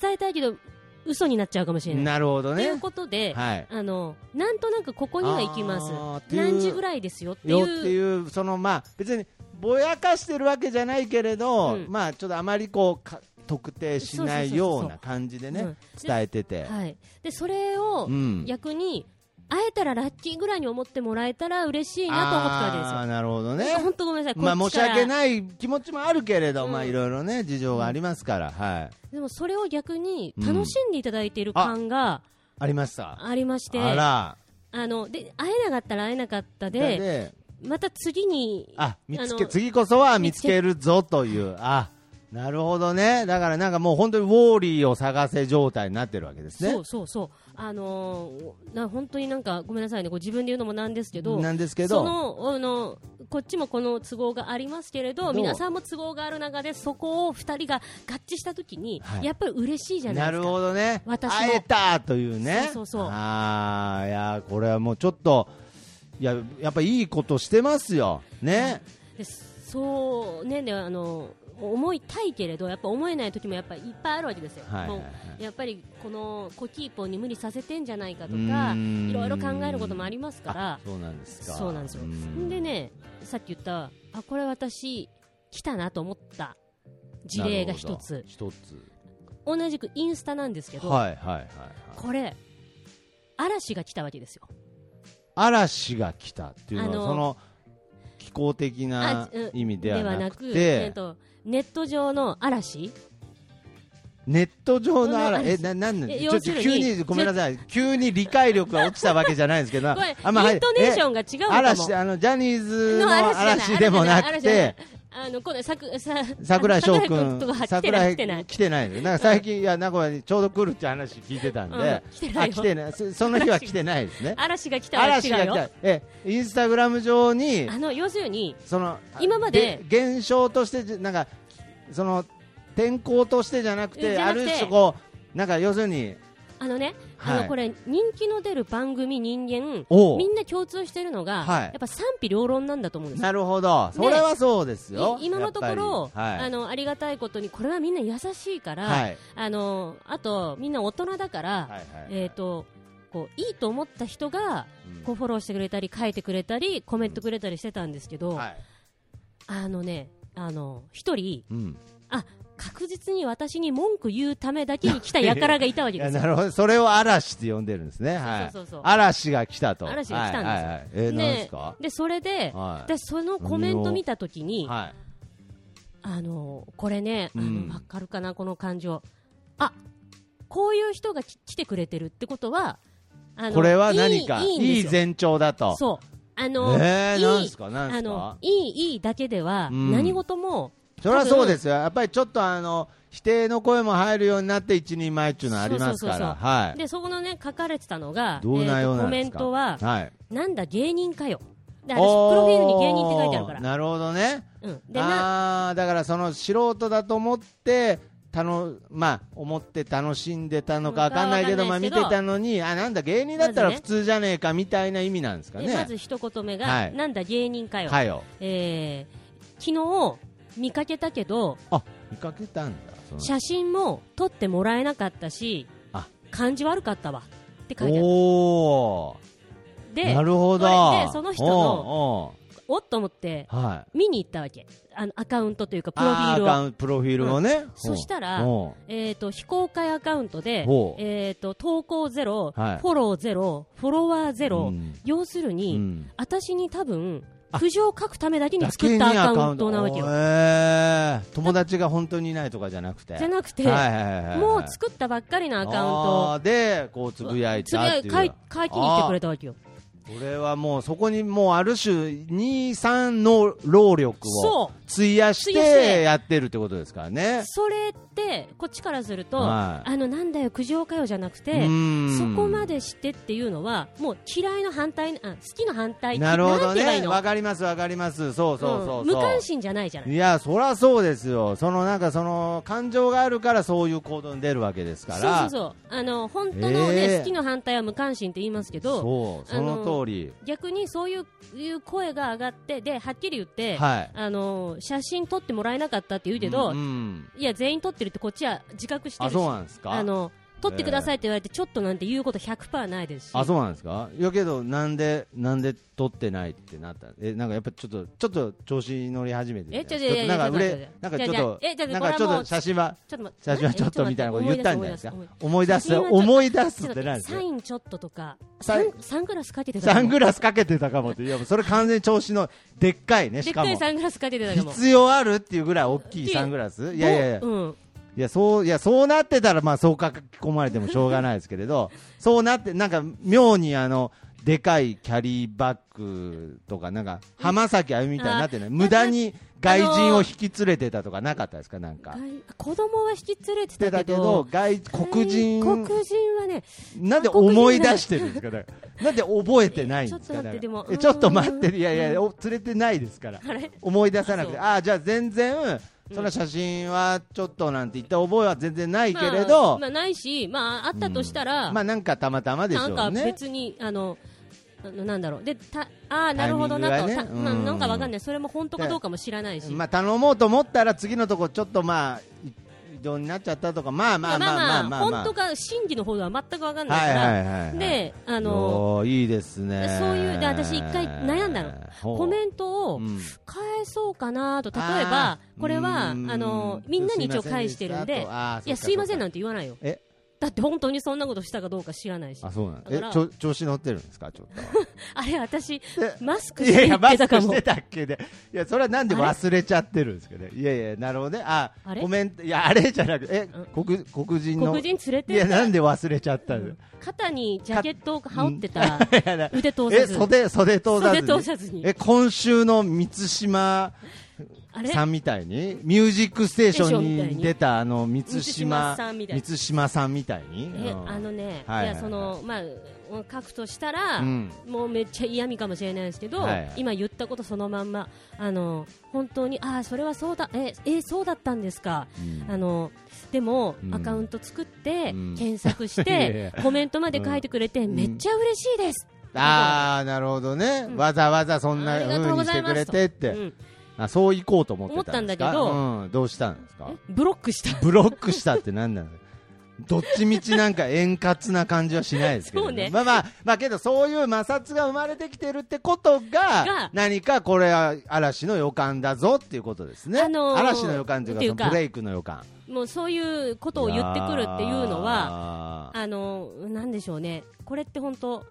C: 伝えたいけど嘘になっちゃうかもしれない。
B: なるほど
C: と、い
B: ね
C: う、ことで、
B: はい、
C: あのなんとなくここには行きます
B: あーっていう
C: 何時ぐらいですよってい
B: よっ
C: う
B: ていう、そのまあ別にぼやかしてるわけじゃないけれど、
C: うん
B: まあちょっとあまりこうか特定しないような感じで
C: う
B: ね
C: ん、
B: 伝えてて。
C: はい、でそれを
B: うん
C: 逆に、会えたらラッキーぐらいに思ってもらえたら嬉しいなと思ってたわけです
B: あ
C: よ
B: ーなるほどね。
C: 本当ごめんなさい、
B: まあ
C: こっ
B: 申
C: ち
B: し
C: から
B: 訳ない気持ちもあるけれど、
C: うん
B: まあいろいろね、事情がありますから、はい。
C: でもそれを逆に楽しんでいただいている感が
B: ありました。
C: ありまして、
B: あ
C: あ
B: ら。
C: ので会えなかったら会えなかったで、
B: で、
C: また次に
B: あ、見つ
C: あ
B: け、
C: の
B: 次こそは見つけるぞという、あ、なるほどね。だからなんかもう本当にウォーリーを探せ状態になってるわけですね。
C: そうそうそう、あのーな本当になんかごめんなさいね、こう自分で言うのもなんですけど、
B: なんですけど、
C: そのあのこっちもこの都合がありますけれ
B: ど
C: ど、
B: う
C: 皆さんも都合がある中で、そこを2人が合致したときに、
B: はい
C: やっぱり嬉しいじゃな
B: ない
C: です
B: る
C: か。
B: ほどね。
C: 私も
B: 会えたというね。
C: そうそうそう
B: ああ、いや、これはもうちょっと、いや、やっぱいいことしてますよ。ね。
C: でそうねであの思いたいけれどやっぱ思えない時もやっぱいっぱいあるわけですよ、
B: はいはいはい
C: もうやっぱりこのコキーポンに無理させてんじゃないかと
B: う
C: か
B: ーん
C: いろいろ考えることもありますから
B: あそうなんですか。
C: そうなんですよ
B: うん
C: でねさっき言ったあこれ私来たなと思った事例が一
B: なる
C: つ
B: ほど一つ
C: 同じくインスタなんですけど、
B: はいはいはいはい
C: これ嵐が来たわけですよ
B: 嵐が来たっていうのは
C: あの
B: その気候的な
C: あうん
B: 意味ではなく
C: えってとネット上の嵐
B: ネット上の
C: この
B: 嵐
C: 嵐
B: えななんなん
C: え
B: ちょっ
C: 要
B: と
C: するに
B: 急にごめんな さい急に理解力が落ちたわけじゃないんですけど
C: これイン
B: あまあはい
C: トネーシ
B: え
C: ョンが違うのかも
B: 嵐あのジャニーズの
C: の嵐じゃない
B: 嵐でもなく
C: 嵐じゃない
B: て
C: あの、この、さく、さ、
B: 桜井翔
C: 桜井
B: 君
C: とか来てな
B: 桜
C: い、来てな
B: 井
C: い。
B: 来てないですなんか最近いや名古屋にちょうど来るって話聞いてたんで
C: うん来てない
B: あ
C: よ
B: 来てないそその日は来てないですね
C: 嵐が来たら違
B: 嵐が
C: う
B: 来
C: よ。
B: たえインスタグラム上に
C: あの、要するに、
B: その
C: 今まで
B: げ現象としてじゃなんかその天候としてじゃなくて
C: じゃ
B: あ
C: なく
B: る
C: て
B: 種こうなんか要するに
C: あのね、
B: はい
C: あの、これ、人気の出る番組人間、
B: おう
C: みんな共通してるのが、
B: はい
C: やっぱ賛否両論なんだと思うんですよ
B: なるほどそれはそうですよ
C: い今のところ、
B: やっぱりは
C: あ
B: い
C: のありがたいことにこれはみんな優しいから、
B: はい
C: あのあとみんな大人だから、
B: はいはい
C: えっ、とこういいと思った人が
B: うん
C: こうフォローしてくれたり書いてくれたりコメントくれたりしてたんですけど、
B: はい
C: あのねあの一人
B: うん
C: 確実に私に文句言うためだけに来た輩がいたわ
B: い
C: けで
B: や
C: すよ。
B: なるほどそれを嵐って呼んでるんですねはい
C: そうそうそうそう
B: 嵐が来たと
C: 嵐が来たんですよ
B: はいはいはい えー
C: ね
B: なんですか
C: でそれで、
B: はい
C: 私そのコメント見たときに、
B: はい
C: あのこれね、あ
B: うん
C: のわかるかな、この感情、あこういう人がき来てくれてるってことは、あの
B: これは何か
C: いいい
B: い
C: い
B: い
C: んですよ
B: 前兆だと
C: そうあ
B: え
C: の、
B: ー
C: いい
B: なんですかなんで
C: あ
B: す
C: の
B: か
C: いい、いいだけでは、
B: うん
C: 何事も、
B: それはそうですよ、やっぱりちょっとあの否定の声も入るようになって、一人前っていうのはありますか
C: そうそ
B: ら、
C: うそうそ
B: はい、
C: でそこのね書かれてたのが、
B: どうなよう
C: えー
B: な
C: と
B: ん
C: コ
B: で
C: メ
B: す
C: ン
B: か、
C: トは、
B: はい、
C: なんだ、芸人かよ、で私、プ
B: お
C: ロフィールに芸人って書いてあるから、
B: なるほどね、
C: うん、でな
B: あーだからその素人だと思って、たのまあ、思って楽しんでたのかわかんないけど、
C: うん
B: まあ、
C: わかんな
B: 見
C: いですけど
B: てたのに、あなんだ、芸人だったら
C: まず
B: 普
C: ね
B: 通じゃねえかみたいな意味なんですか
C: で
B: ね。
C: まず一言目が、
B: はい
C: なんだ芸人かよ、
B: はいよ
C: えー昨日見かけたけど
B: あ見かけたんだ、その
C: 写真も撮ってもらえなかったし
B: あ
C: 感じ悪かったわって書いてある
B: おー、
C: で
B: なるほど、
C: それでその人
B: の
C: の、おっと思って
B: おうはい、
C: 見に行ったわけあのアカウントというかプロフィール
B: あアカ
C: を、
B: ウントプロフィールをね、
C: そしたら
B: うん
C: えー、と非公開アカウントで
B: ほ、う
C: えー、と投稿ゼロ、
B: はい
C: フォローゼロフォロワーゼロ、
B: うん
C: 要するに、
B: うん
C: 私に多分
B: あ
C: 苦情を書くためだけに
B: だ
C: 作
B: け
C: っ
B: に
C: たアカウントなわけよ
B: アカウントへー友達が本当にいないとかじゃなくて
C: じゃなくて、
B: はいはいはいはい
C: もう作ったばっかりのアカウント
B: あーでこうつぶやい
C: つ
B: た
C: ぶや
B: っ
C: い
B: ていう
C: 書い書きに行ってくれたわけよ
B: あーこれはもうそこにもうある種23の労力を
C: そ
B: 費やし
C: 費やして
B: てやってるってことですからね
C: それってこっちからすると、
B: はい
C: あのなんだよ苦情かよじゃなく
B: う
C: て
B: ん
C: そこまでしてっていうのはもう嫌いの反対あ好きの反対
B: なるほ
C: ん
B: ど
C: て言えばいい
B: ね
C: の
B: わかりますわかりますそうそうそうそう、
C: うん無関心じゃないじゃない
B: いやそりゃそうですよ、そのなんかその感情があるからそういう行動に出るわけですから、
C: そうそうそうあの本当のね、
B: えー
C: 好きの反対は無関心って言いますけど
B: そうその通り、
C: 逆にそういういう声が上がってではっきり言って、
B: はい
C: あの写真撮ってもらえなかったって言うけど、
B: うんうん
C: いや全員撮ってるってこっちは自覚して
B: あ
C: るし
B: そうなんですか、
C: あの取ってくださいって言われて、ちょっとなんて言うこと100%ないですし、
B: あそうなんですかいやけどなんでなんで取ってないってなったえなんかやっぱちょっとちょっと調子乗り始めて
C: えちょ
B: ちょっとなんか売れなんかちょっとなんかちょっと写真は
C: ちょっと待って
B: 写真はちょっとみたいなこと言ったんじゃないですか思い出す
C: 写真はちょっと
B: 思い出す
C: ちょ
B: っ
C: っと
B: てなんで
C: 待って
B: すか
C: サインちょっととか、
B: サ
C: サ
B: イ
C: ンサングラスかけてたかも
B: サングラスかけてたかもっていやそれ完全に調子のでっかいね
C: で
B: し
C: っ
B: か
C: かい
B: も
C: サングラスかけてたかも。
B: 必要あるっていうぐらい大きいサングラスいやいやいや
C: うん、
B: いやそういやそうなってたらまあそう書き込まれてもしょうがないですけれど そうなってなんか妙にあのでかいキャリーバッグとかなんか浜崎あゆみみたいになってない
C: あー
B: 無駄に外人を引き連れてたとかなかったですかなんか。
C: 外子供は引き連れて
B: して
C: た
B: た
C: け
B: けど
C: ど、
B: 外黒人
C: 黒人はね、
B: なんで思い出してるんですかだからなんで覚えてないんですか
C: え
B: だ
C: ー
B: から
C: ちょっと待ってで
B: えちょっと待
C: も
B: っていやいやいやお連れてないですから
C: あれ
B: 思い出さなくて
C: そ
B: ああーじゃあ全然その写真はちょっとなんて言った覚えは全然ないけれど、
C: まあ、まあないし、まあ、あったとしたら、
B: まあなんかたまたまでしょう
C: な
B: ね。
C: んか別に、あの、ななんだろう、で、た、ああ、なるほど
B: タ
C: な
B: イ
C: と、
B: ミングが
C: た
B: ね
C: まあ、
B: うん
C: なんかわかんない、それも本当かどうかも知らないし。
B: まあ頼もうと思ったら次のとこちょっとまあい異動になっちゃったとかまあまあまあまあまあまあ。
C: 本当か真偽の方では全くわかんな
B: は
C: いか
B: い
C: ら、
B: はいはいはい。
C: で、あ
B: あ
C: の、
B: いいですね。
C: そういうで私一回悩んだの
B: ほう。
C: コメントを
B: うん
C: 返そうかなと、例え
B: あ
C: ば、
B: ー
C: これは、あ
B: うん
C: の、みんなに一応返してるん
B: すい
C: で、
B: ま
C: いや、すいませんなんんて言わないよ。
B: え
C: だって本当にそんなことしたかどうか知らないし。
B: あそうなんだ
C: だ
B: え
C: から
B: ちょ調子乗ってるんですかちょっと。
C: あ れ、私
B: え、
C: マスク
B: い
C: し
B: や
C: て
B: いや、
C: 行っ
B: マ
C: て
B: ス
C: た
B: ク
C: か
B: し
C: も
B: て。たっけで、いや、それはなんで忘れちゃってるんですかね、いやいや、なるほどね、あ
C: あれ
B: コメント、いや、あれじゃなくて、え黒黒人の、
C: 黒人連れ
B: いや、
C: て、
B: なんで忘れちゃったの、
C: 肩にジャケットを羽織ってた、
B: いやな
C: 腕通
B: え
C: さず。
B: 袖袖通さずに
C: 袖通さずに
B: え今週の満島
C: あれ
B: さんみたいに、ミュージックステーショ
C: ステーションみたい
B: ンに
C: に
B: 出たあの満島
C: 満島さんみたいな
B: 満島さんみたいに、
C: え
B: うん
C: あのね、
B: はいいはい
C: やそのまあ書くとしたら、
B: うん
C: もうめっちゃ嫌味かもしれないですけど、
B: はいはい
C: 今言ったことそのまんまあの本当にああそれはそうだええそうだったんですか、
B: うん
C: あのでも、
B: うん
C: アカウント作って、
B: うん
C: 検索し
B: いやい
C: て
B: や
C: コメントまで書いてくれて、
B: ん
C: めっちゃ嬉しいです。
B: あーなるほどね、わざわざそんな
C: ありがとう
B: 風
C: ご
B: にし
C: ざ
B: て
C: い
B: く
C: ま
B: れ
C: す
B: てって、
C: うん
B: あそう行こうと思ってたんですか
C: 思ったんだけど
B: うん、どうしたんですか
C: えブロックした。
B: ブロックしたってなんなの どっちみちなんか円滑な感じはしないですけど、
C: そうね
B: まあまあ、まあけどそういう摩擦が生まれてきてるってことが、
C: が
B: 何かこれは嵐の予感だぞっていうことですね。
C: あのー
B: 嵐の予感というか、
C: っていう
B: そ
C: か
B: のブレイクの予感。
C: もうそういうことを言ってくるっていうのは、
B: は、
C: あのなんでしょうね。これって本当、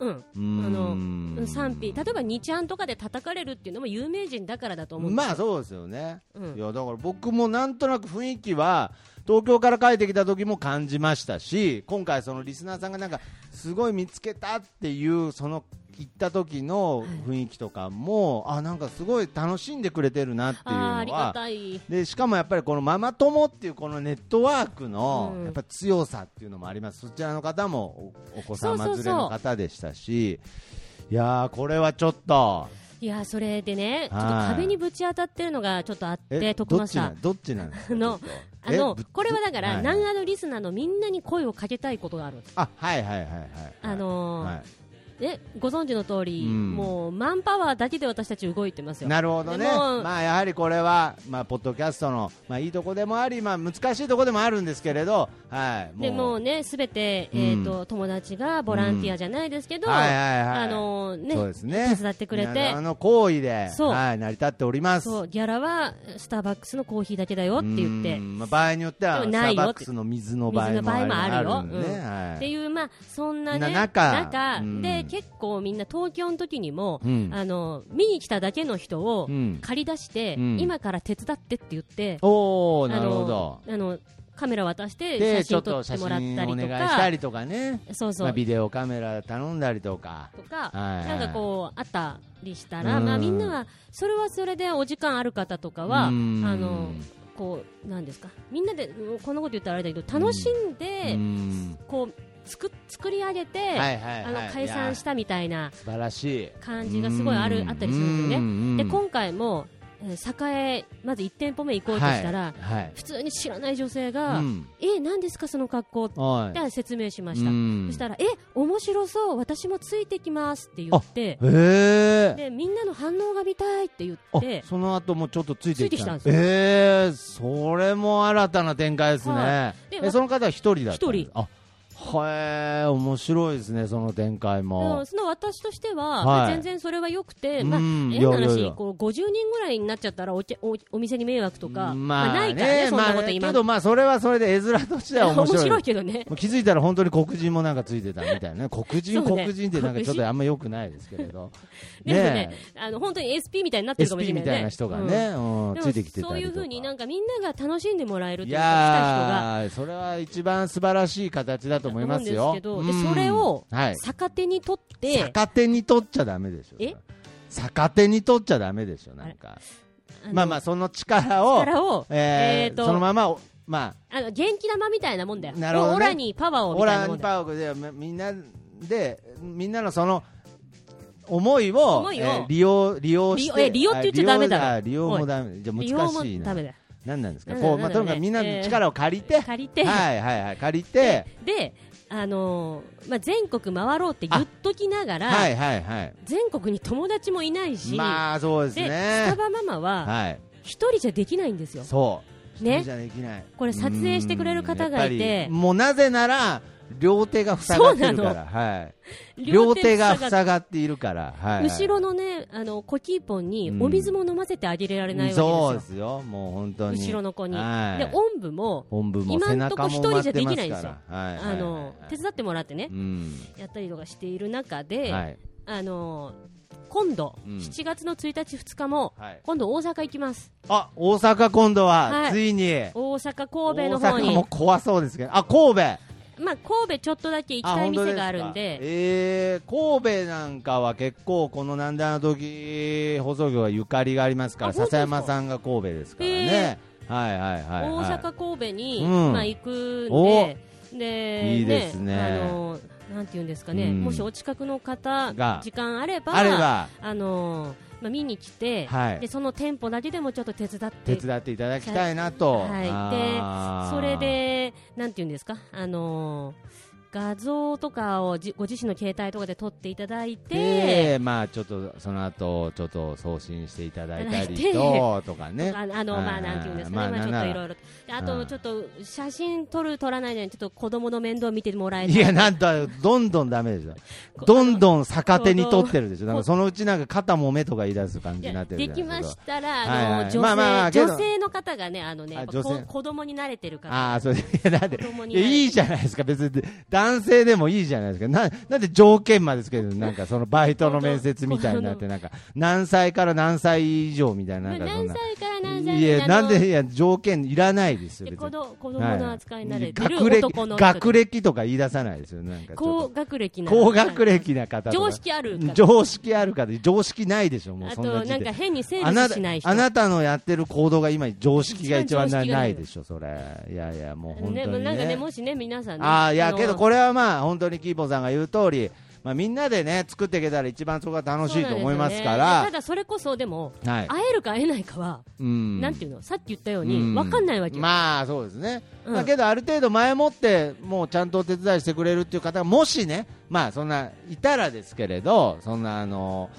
C: うん。
B: あ
C: あのうん賛否、例えば2ちゃんとかで叩かれるっていうのも有名人だからだと思うんです
B: まあそうですよね、
C: うん
B: いやだから僕もなんとなく雰囲気は東京から帰ってきた時も感じましたし今回そのリスナーさんがなんかすごい見つけたっていうその行った時の雰囲気とかも、あなんかすごい楽しんでくれてるなっていう
C: あーあり
B: の
C: が
B: は
C: たい、
B: でしかもやっぱりこのママ友っていうこのネットワークの
C: うん
B: やっぱ強さっていうのもあります、そちらの方もおお子様
C: そう
B: 連
C: そう
B: れ
C: そう
B: の方でしたしいやーこれはちょっと
C: いやそれでね、ちょっと
B: はい
C: 壁にぶち当たってるのがちょっとあっ
B: え
C: て、徳間
B: ど
C: さ。
B: っちなんどっちなんですか
C: あの
B: ちょっ
C: あ
B: とえ
C: の
B: ぶ
C: これはだか
B: は
C: ら、
B: い
C: 南アのリスナーのみんなに声をかけたいことがあるんです、
B: あはいはいはいはい
C: あの
B: は
C: ー
B: い
C: ね、ご存知の通り、
B: うん
C: もうマンパワーだけで私たち動いてますよ、
B: なるほどね
C: でも
B: まあやはりこれはまあポッドキャストのまあいいとこでもありまあ難しいとこでもあるんですけれどはい
C: でもうね、すべて、
B: うん
C: えーと友達がボランティアじゃないですけど、
B: はいはいはい
C: あのね
B: そうですね
C: 手伝ってくれて
B: みんなのあの行為で
C: そう
B: はい成り立っております
C: そうギャラはスターバックスのコーヒーだけだよって言って
B: う。んまあ場合によっては
C: で
B: ス
C: も
B: タ
C: な
B: ー
C: いよ
B: バックスの水の場合
C: 水の
B: も
C: 場合もあるよ、
B: んでね
C: うん
B: はい
C: っていう、まあ、そんなね、
B: な中うん
C: で結構みんな東京の時にも、
B: うん
C: あの見に来ただけの人を
B: うん
C: 借り出して、
B: うん
C: 今から手伝ってって言って、
B: おお
C: あ
B: なるほど
C: のあのカメラ渡して写
B: でちょ
C: 真
B: っ
C: 撮
B: と
C: って
B: 写真
C: もらった
B: お
C: り
B: 願
C: と
B: いした
C: か、
B: りとかね
C: そうそう、
B: まあビデオカメラ頼んだりとか
C: とか、
B: はいはい
C: なんかこう、あったりしたら、
B: うん
C: まあ、みんなは、それはそれでお時間ある方とかは、あ
B: うん
C: のこうなんですか、みんなで、もうこんなこと言ったらあれだけど、楽しんで、
B: うん
C: こう作っ作り上げて、
B: はいはいはい
C: あの解散したみたいない
B: や素晴らしい
C: 感じがすごいある
B: うん
C: あったりするんですよ
B: う
C: ね。
B: ん
C: で今回もえー栄まず1店舗目行こうとしたら、
B: はい
C: 普通に知らない女性
B: は
C: が、
B: いうん
C: え何ですかその格好っ
B: はい
C: て説明しました、
B: うん
C: そしたらえ面白そう私もついてきますって言って
B: へえ
C: でみんなの反応が見たいって言
B: あ
C: って
B: その後もちょっとついてきた
C: ついてきたんですよ
B: えー、それも新たな展開ですね、
C: はいで
B: え
C: わ
B: その方は一人だったんです
C: 一人
B: あへえ面白いですねその展開
C: う
B: も
C: ん、その私として
B: は
C: は、
B: い
C: まあ全然それは良くて、
B: うん
C: まあ、
B: いや
C: 変
B: いや
C: ない
B: や
C: 話こう50人ぐらいになっちゃったらおちおお店に迷惑とか、まあないからね、そんなこと
B: まあ
C: 今、
B: けどまあそれはそれで絵面としては面 白い
C: けどね、
B: もう気づいたら本当に黒人もなんかついてたみたい なね黒人、
C: そうね
B: 黒人ってなんかちょっ
C: 黒
B: とあんま良くないですけれど
C: でもね
B: ね
C: あの本当に SP みたいになっ
B: え
C: てるかもし
B: SP み
C: れない、ね、
B: たいな人がね、うん
C: うん、でも
B: ついてきてたりとか
C: そういうふうになんかみんなが楽しんでもらえると
B: い
C: いうか、来
B: やーそれは一番素晴らしい形だと思いますよ。
C: だと思うんですけどでそれを
B: はい
C: た、人が逆手に取って、
B: 逆手に取っちゃダメでしょ。
C: え
B: 逆手に取っちゃダメでしょ、なんか。まあまあ、
C: あ
B: その力
C: の、
B: を、
C: 力を、
B: えー
C: えーと
B: そのままお、ま
C: あの元気玉みたいなもんだよ、
B: なるほどね
C: オラにパワー
B: あ、
C: を
B: オ
C: みたい
B: ラ
C: なも
B: ン
C: んだよ。
B: パオクで、みみんなで、みんなのその、思いを
C: 思いを
B: えー利用利用し
C: 利用
B: て
C: え利用って言っちゃダメだろ
B: あ利用あ利用もダメじゃあ
C: 利用
B: 難
C: も
B: しいな
C: ダメだよ
B: 何なんですか
C: なんだ
B: こうまあ
C: なんだ
B: とにかくみんな
C: え
B: の
C: ー
B: 力を借りて、
C: 借りて、
B: はいはいはい借りて
C: で、あのーまあ、全国回ろうって言っときながら、
B: はいはいはい
C: 全国に友達もいないし、
B: まあそうです
C: でス
B: ね
C: タ。バママは
B: はい。
C: 一人じゃできないんですよ、
B: そう。
C: ね
B: 一人じゃできない。
C: これ撮影してくれる方がいて
B: うんやっぱりもうなぜなら両手が塞がってるから、はい。両手が
C: 塞
B: 塞がっているから、はい。
C: 後ろのねあのコキーポンに
B: うん
C: お水も飲ませてあげられないわけですよ、
B: そうですよ。もう本当に。
C: 後ろの子に、
B: はい
C: でおんぶも、
B: 本部も背
C: 今んと
B: 中
C: こ
B: も埋まってます
C: 一人じゃできないんで
B: か
C: すよ
B: ら。はい。
C: あの手伝ってもらってね
B: う、ん。
C: やったりとかしている中で、
B: はい。
C: あのー今度、
B: うん
C: 7月の1日、2日も、
B: はい
C: 今度、大阪行きます、
B: あ、大阪今度
C: は
B: はいついに。
C: 大阪、神戸の方
B: 大阪
C: に
B: も、怖そうですけど。あ、神戸。
C: まあ、神戸ちょっとだけ行きたい店があるん
B: 本当
C: で、
B: すかえー、神戸なんかは結構このなんであの時放送局はゆかりがありますから
C: あ本当です
B: 笹
C: か
B: 山さんが神戸ですからね、はいはいはい、はい、
C: 大阪、神戸に、
B: うん
C: まあ、行くんで、で
B: いいですね
C: あのなんていうんですか
B: う
C: ね、
B: ん
C: もしお近くの方
B: が、
C: 時間あれば、
B: あれば
C: あのまあ、見に来て、
B: はい
C: で、その店舗だけでもちょっと手伝っ
B: 手
C: て、
B: 伝っていただきたいなと、
C: はい
B: あー
C: それで、なんていうんですか、あの画像とかをじご自身の携帯とかで撮っていただいて、
B: でまあちょっとその後ちょっと送信していただいた
C: いただ
B: り
C: いて
B: ととかね
C: ああの、まあ、なんていうんですかね、まあ、ちょっといろ
B: い
C: いろ。であ
B: う
C: と、
B: ん
C: ちょっと、写真撮る、撮らないで、ちょっと子供の面倒見てもらえた
B: い
C: ら
B: やなんとどんどんダメでしょどんどん逆手に取ってるでしょなんかそのうちなんか肩も目とか言い出す感じになってるじ
C: で
B: ゃない
C: き
B: ですか
C: ましたら、
B: はいはい
C: あの女性、
B: まあまあまあけど
C: 女性の方がね、あのね、
B: あ
C: やっぱ
B: 女性
C: こ子供に慣れてるから、
B: ああ、そういや、だって
C: 子供、に
B: いやいいじゃないですか、別に、男性でもいいじゃないですか、ななんで条件までつけてる、なんかそのバイトの面接みたいになって、なんか、何歳から何歳以上みたいな、なんかそん
C: 何
B: な。
C: 歳から何歳まで
B: いや、なん
C: あの
B: で、いや、条件いらないですよ、
C: で
B: 別
C: 子
B: に。
C: ど子供
B: はい
C: の扱いに慣れて
B: 学
C: る
B: 歴
C: 男の人
B: 学歴とか言い出さないですよ、なんかちょ
C: 高
B: っと。
C: 学歴な
B: 高学歴な方とか
C: 常識ある方
B: 常識ある方で、常識ないでしょ、もう
C: あ
B: そんな
C: と
B: 時
C: な
B: 点
C: ん
B: で
C: か変にセ
B: あ
C: ー
B: な
C: ルスしない人
B: あなたのやってる行動が今、常識が一番
C: 一
B: な
C: 番常識が
B: な
C: ない
B: いでしょ、それ。いやいや、もう本当
C: ね
B: に、ね。
C: なんかねもしね皆さんね
B: あーいや
C: の
B: けどこれはまあ本当にキーポンさんが言う通り、まあみんなでね作っていけたら一番そこが楽しいと思いますか
C: そうなんですよねた
B: ら、
C: だそれこそでも、
B: はい。
C: 会えるか会えないかは、
B: うん
C: なんていうのさっき言ったよう
B: うん
C: にわかんないわけよ、
B: まあそうですね。
C: うん
B: まあけどある程度前もってもうちゃんとお手伝いしてくれるっていう方がもしね、まあそんないたらですけれど、そんなあの。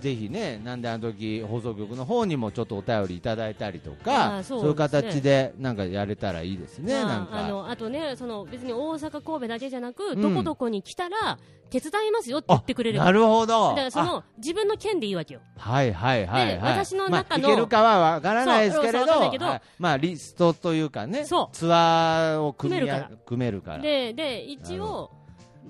B: ぜひね、なんであの時放送局の方にもちょっとお便りいただいたりと
C: あ
B: か、
C: ー
B: そ
C: そうう
B: いう
C: ですね
B: 形でなんかやれたらいいですね、
C: まあ
B: なんか
C: あ。のあとねその別に大阪神戸だけじゃなく、
B: うん
C: どこどこに来たら手伝いますよって言ってくれれば
B: なるほど。
C: だからそ
B: あ
C: の自分の件でいいわけよ
B: はいはいはい、はい、
C: で私の中の
B: まあ、いけるかはわからないですけれど
C: そうそうわかんないけど
B: はいまあ、リストというかね
C: そう
B: ツアーを組み合
C: 組めるか
B: 組
C: ら
B: めるから
C: でで一
B: なるほ
C: 応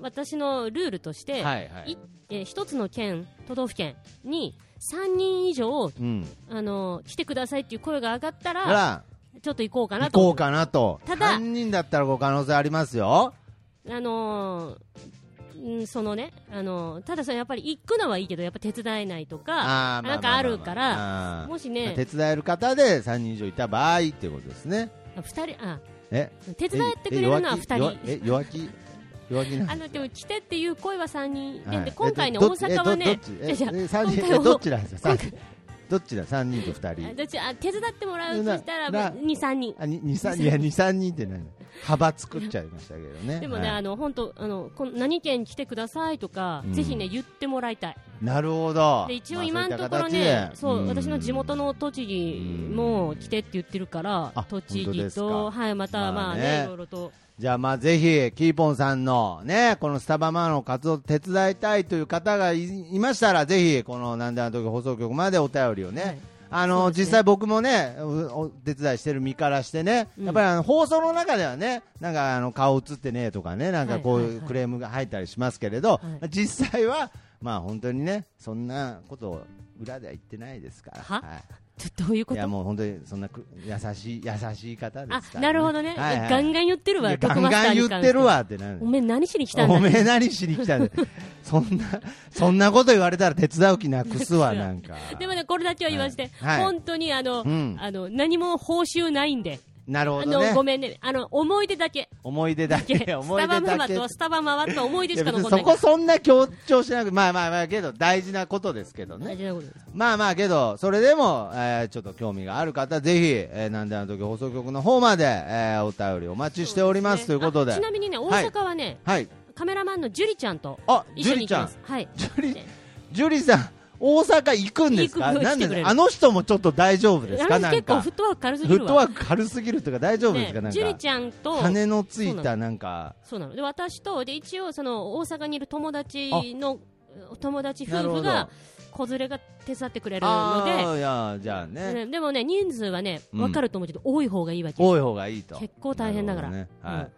C: 私のルールとして、
B: はいはい
C: いえー一つの県都道府県に3人以上
B: うん
C: あのー来てくださいっていう声が上がった
B: だ
C: ら
B: か
C: ちょっと行こうからな
B: 行ことうかなと
C: た
B: 3
C: だ
B: 人だったらご可能性ありますよ
C: あのーうんそのね、あのーただそれやっぱり行くのはいいけどやっぱ手伝えないと
B: あ
C: か
B: ーま
C: なんかあるから
B: ら
C: もしね
B: 手伝える方で3人以上いた場合っていうことですね
C: 二人あ
B: え
C: 手伝ってくれるのは2
B: え弱気え弱
C: 人
B: 気弱気なん
C: あのでも来てっていう声は3人で,、
B: はい
C: 今回
B: え
C: の
B: ど
C: 大阪は
B: どどっ
C: ね
B: ち
C: いや
B: え
C: いや
B: え三人
C: 今回
B: え
C: は
B: どっちなんですかどっちだ、3人と2人
C: あ。どっちあ手伝ってもらうと
B: な
C: したら
B: な
C: 23人
B: あ、に二三いや二三人って何？幅作っちゃいましたけどね。
C: でもね、
B: はい
C: あの本当あのこの何県に来てくださいとか、
B: うん
C: ぜひね言ってもらいたい。
B: なるほど。
C: で一
B: ま
C: 応
B: あ
C: 今のところ
B: そういった
C: ね
B: 形、で
C: そう
B: うん
C: 私の地元の栃木も来てって言ってるから
B: あ、本
C: 栃
B: 当で
C: 木
B: すか
C: とはいまた
B: ま
C: ま
B: あ
C: あ
B: ね
C: ねいろいろと
B: じゃあまあぜひキーポンさんのねこのスタバマーの活動を手伝いたいという方がいいましたらぜひこのなんであの時放送局までお便りをね。
C: はい
B: あの
C: そうですね
B: 実際、僕もねおお手伝いしてる身からしてね、
C: うん
B: やっぱりあの放送の中ではねなんかあの顔映ってねとかねなんかこう
C: はいはいいうはい
B: クレームが入ったりしますけれど、
C: は
B: 実際は、まあ、本当にねそんなことを裏では言ってないですから。
C: はいちょどういうこ
B: いや
C: と？
B: もう本当にそんなく優しい優しい方です
C: あ
B: から、
C: なるほどね、
B: はいはい
C: ガンガン言ってる
B: いや
C: わ。
B: ガ
C: 毒
B: ン
C: マスタ
B: ガ
C: ー
B: ン
C: に
B: 言
C: 関
B: っ
C: し
B: て
C: て
B: るわってなる
C: おめえ何しに来たんだ
B: お
C: って。
B: めえ何しに来 たんだそんなそんなこと言われたら手伝う気なく すわなんか
C: でもねこれだけは言わせて、
B: はいはい
C: 本当にあの、
B: うん
C: あの何も報酬ないんで、
B: なるほ
C: あ
B: ど
C: の
B: ね
C: ごめんねあの思い出だけ。
B: 思い出だ
C: ス
B: け
C: タ
B: 思い出
C: バマ
B: だ
C: マ
B: け
C: とスタバ回った思い出
B: い
C: し
B: や
C: か
B: 別に
C: 残んな
B: そ
C: い
B: こそんな強調しなくまあまあまあけど大事なことですけどね
C: 大事なことです
B: まあまあけど、それでも、えーちょっと興味がある方、ぜひ、えーなんであの時放送局の方まで、えーお便りお待ちしておりますということで。
C: あちなみにね大
B: はい
C: 阪はね、
B: はい。
C: カメラマンのジュリちゃんと
B: あ、
C: 一
B: ジュ
C: 緒
B: リ
C: に行き
B: ちゃ
C: ま
B: ん
C: す。。はい。
B: ジュリ、ジュリさん、大阪行くんですか
C: 行く
B: なん
C: 来てくれ
B: で、
C: る
B: あの人もちょっと大丈夫ですか
C: あの
B: な
C: 人
B: ん
C: 結構
B: か。
C: フ
B: フ
C: ットワーク軽すぎる
B: ット
C: わ。
B: ワーク軽すぎるとか大丈夫ですか、
C: ね
B: なん
C: ジュリち
B: か。
C: ゃんと
B: 羽のつい
C: そうな
B: た、なんか。
C: そうなので私とで一応その大阪にいる友達の友達
B: なる
C: 夫
B: ほ
C: 婦
B: ど
C: が子連れが手伝ってくれるの
B: あ
C: で。
B: あ、いや、じゃあね。
C: ねでもね人数はね
B: うん
C: 分かると思うけど多い方がいいわけ。
B: 多い方がいいと。
C: 結構大変だから。
B: なるほどねはい。
C: うん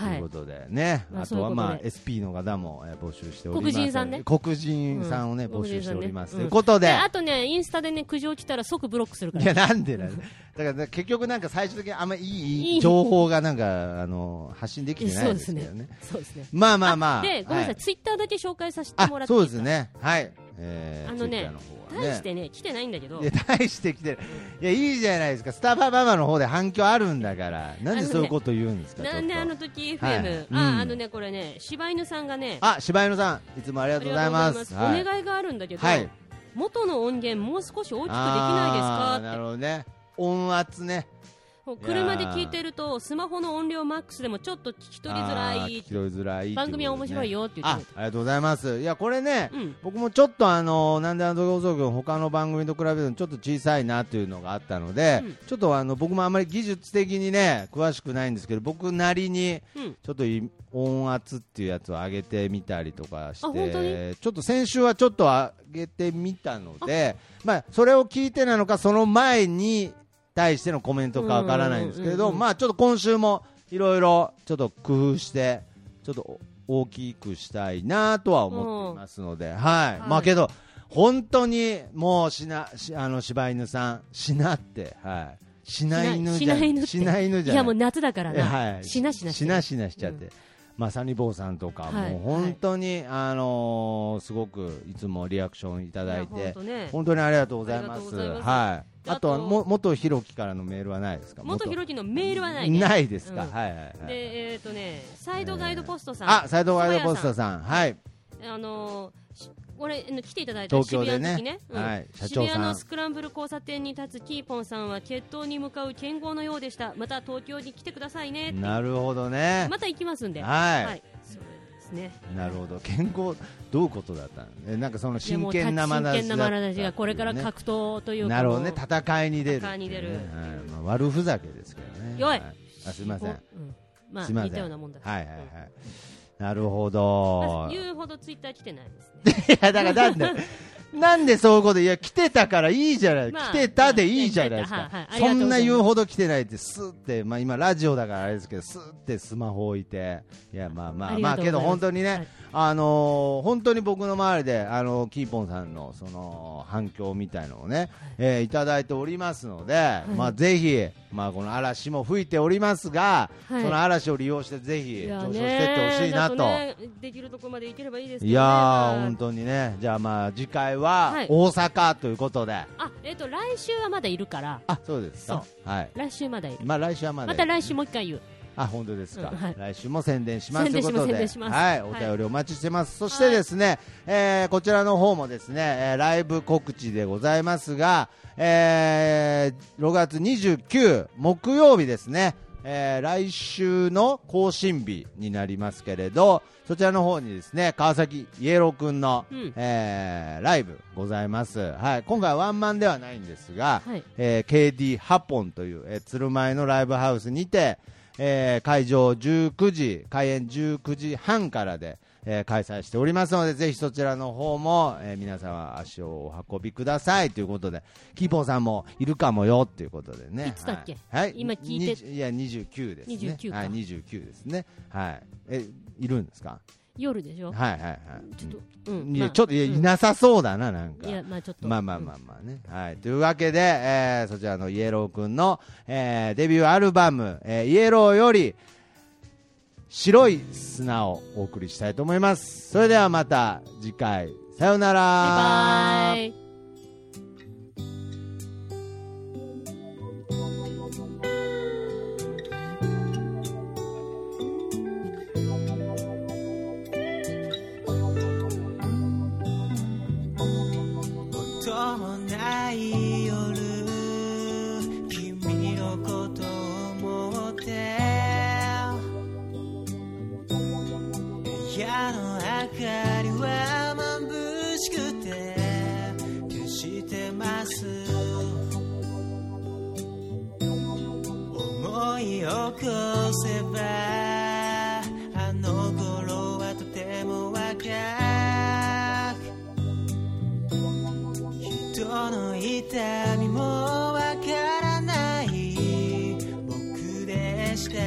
C: は
B: とい
C: いう
B: こ。とでね、
C: まあ
B: あとはま
C: そう
B: あ
C: いうこと
B: SP の方もえー募集しております
C: 黒人さんね
B: 黒人さんをね、
C: うん
B: 募集しております、
C: 黒人さん
B: と
C: ね
B: いうことで、
C: であとねインスタでね苦情来たら即ブロックするか
B: い
C: ら。
B: やなんでなんだからね結局なんか最終的にあんまい
C: い
B: い
C: い
B: 情報がなんかあの発信できてない
C: そ
B: うで
C: です
B: すけ
C: ね
B: どね。
C: そうですね。
B: まあまあま あ
C: でごめんなさい
B: は
C: ツイッターだけ紹介させても
B: あ
C: らってい
B: そう
C: い
B: ですす
C: か。
B: ねはい、えー、
C: あのね
B: Twitter 方は
C: 大してね来てないんだけど
B: い。や大してきてるいやいいじゃないですかスタバママの方で反響あるんだからなんでそういうこと言うんですか、
C: なんで
B: ちょ
C: あ
B: っと
C: の時 FM、
B: はいうん
C: ああのねこれね柴犬さんがね
B: あ柴犬さんいつもありがとうございます
C: ありがとうご
B: は
C: ざ
B: い
C: いますお願いがあるんだけど、
B: はい
C: 元の音源もう少し大きくでき
B: あー
C: ないです
B: なる
C: か
B: ほどね音圧ね
C: って車で聞いてるとスマホの音量マックスでもちょっと聞き取りづら
B: あー
C: い
B: 聞き取りづらいっていうことね
C: 番組は面白いよって言っ
B: あ
C: てくれて
B: ありがとうございますいやこれね、
C: うん
B: 僕もちょっとあのなんであの放送局の他の番組と比べるとちょっと小さいなというのがあったので、
C: うん
B: ちょっとあの僕もあんまり技術的にね詳しくないんですけど僕なりに
C: うん
B: ちょっとい音圧っていうやつを上げてみたりとか
C: あ本当
B: して
C: に
B: ちょっと先週はちょっと上げてみたのでまあそれを聞いてなのかその前に対してのコメントかわからないんですけれ
C: うんうん
B: ど
C: うん
B: まあちょっと今週もいろいろちょっと工夫してちょっと大きくしたいなとは思っていますのではい、
C: はい
B: まあけど本当にもうしなしあの柴犬さんしなってはいしな犬じゃ
C: しな犬って
B: しな犬
C: い
B: じゃな
C: やもう夏だからな、
B: はい、
C: しなしなして
B: しなしなしちゃって、まさに坊さんとか、
C: はい
B: もう本当に、あのーすごくいつもリアクションいただいて、
C: やほんとね
B: 本当にありがとうございます。
C: ありがとうございま
B: は
C: す
B: い、
C: であ
B: あ
C: と
B: とはも元ひろきからのメールはないですか。
C: 元ひろきのメールはない、
B: き
C: ね、
B: ないですか。
C: うん
B: はいはいはい。
C: でえっ、とねサイドガイドポストさん、
B: あ、斉藤ワイドポスターさん、はい、
C: あのーし俺あの来ていただいた
B: 東京で
C: 渋谷の
B: ね
C: 時ね、うん
B: はい社長さん
C: 渋谷のスクランブル交差点に立つキーポンさんは決闘に向かう剣豪のようでしたまた東京に来てくださいね
B: なるほどね。
C: また行きますんで
B: はい
C: それですね
B: なるほど、健康、どういうことだったの。え、なんかその
C: いやも
B: 真
C: う
B: 剣なまな
C: 真剣な眼差しがこれから
B: ね
C: 格闘というか
B: なるほどね
C: もう
B: 戦いに出るっていうね
C: 戦いに出る
B: はいまあ、悪ふざけですけどね
C: よい
B: はあすいません
C: うんます
B: いま
C: あ
B: せん
C: 似たようなもんだ
B: はいはいはい、
C: うん
B: なるほ
C: まあ
B: ど
C: 言うほどツイッター来てないですね
B: いやだからなんで なんでそういうこといや来てたからいいじゃない、
C: ま
B: 来
C: あ
B: てたでいいじゃないですか、
C: まあはいはいありが
B: そ
C: とうござい
B: ん
C: ま
B: な
C: す
B: 言うほど来てないってスーって、まあ、今ラジオだからあれですけどスーってスマホ置いていやまあまあ
C: あり
B: ま
C: が
B: あ
C: とう
B: け
C: ございます
B: ど本当にね、
C: はい
B: あのー本当に僕の周りで、あのーキーポンさんのその反響みたいのをね、えーいただいておりますので、まあ、ぜひ、まあ、この嵐も吹いておりますが、
C: はい
B: その嵐を利用してぜひ
C: い
B: 上
C: や
B: 昇
C: ね
B: していってほしいなと。
C: なんかねできるとこまで行ければいいですけど
B: い
C: ね
B: や
C: まあ
B: ー、本当にね、じゃあまあ次回は
C: はい
B: 大阪ということで、
C: あえっと来週はまだいるから
B: あそうですか、はい、
C: 来週まだいる
B: まあ来週はまだ、
C: また来週もう一回言う
B: あ本当ですか、
C: うんはい
B: 来週も宣伝しますとい
C: 宣
B: うこ
C: 伝
B: と
C: します
B: で
C: 宣伝します
B: はい、お
C: はい
B: 便りお待ちしてます、そしてですね、えーこちらの方もですね、えーライブ告知でございますが、えー6月29木曜日ですね、えー来週の更新日になりますけれどそちらの方にですね川崎イエロー君の、
C: うん
B: えーライブございます、はい、今回はワンマンではないんですが、
C: はい
B: えー KD ハポンという、えー鶴舞のライブハウスにて、えー会場19時開演19時半からで、えー開催しておりますのでぜひそちらの方も、えー皆様足をお運びくださいということでキーポーさんもいるかもよということでね
C: いつだっけ
B: はい、はい
C: 今聞いて
B: にいや29ですね
C: 29か
B: はい、29ですねはいえいるんですか
C: 夜でしょ
B: はいはいはい
C: ちょっと、う
B: うんんいや
C: まあ
B: ちょっといや
C: うん
B: いなさそうだななんか
C: いやまあちょっと
B: まあまあまあまあね、はい、というわけで、えーそちらのイエローくんの、えーデビューアルバム「えーイエロー」より「白い砂」をお送りしたいと思いますそれではまた次回さようなら
C: バイバイ
D: 音もない夜君のことを思って部屋の明かりは眩しくて消してます思い起こせばあの頃はとても若く人の痛みもわからない僕でした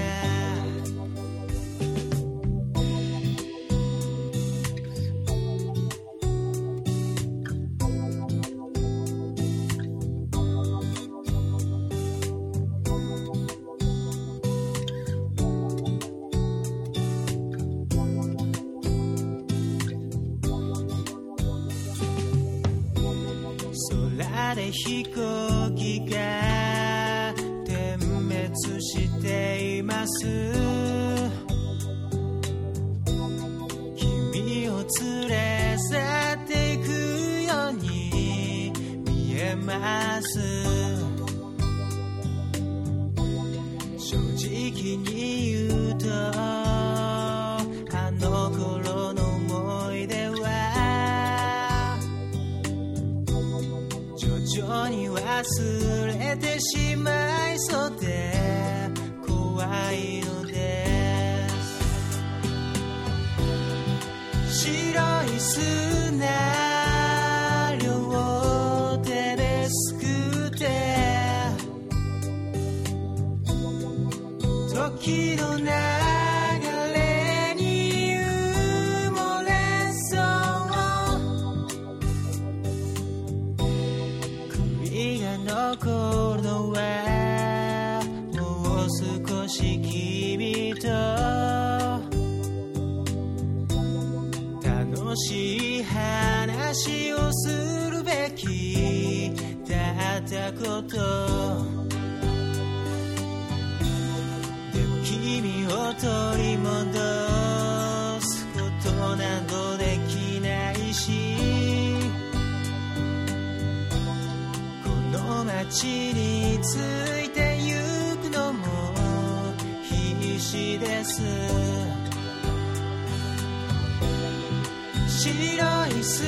D: 空で飛行機が点滅しています君を連れ去っていくように見えます正直に言うとあの頃の思い出は徐々に忘れてしまいそうで怖いのです白い砂両手ですくって時の流れに埋もれそう悔いが残るのはもう少し君と楽しい話をするべきだったことでも君を取り戻すことなどできないしこの街についてゆくのも必死です白い砂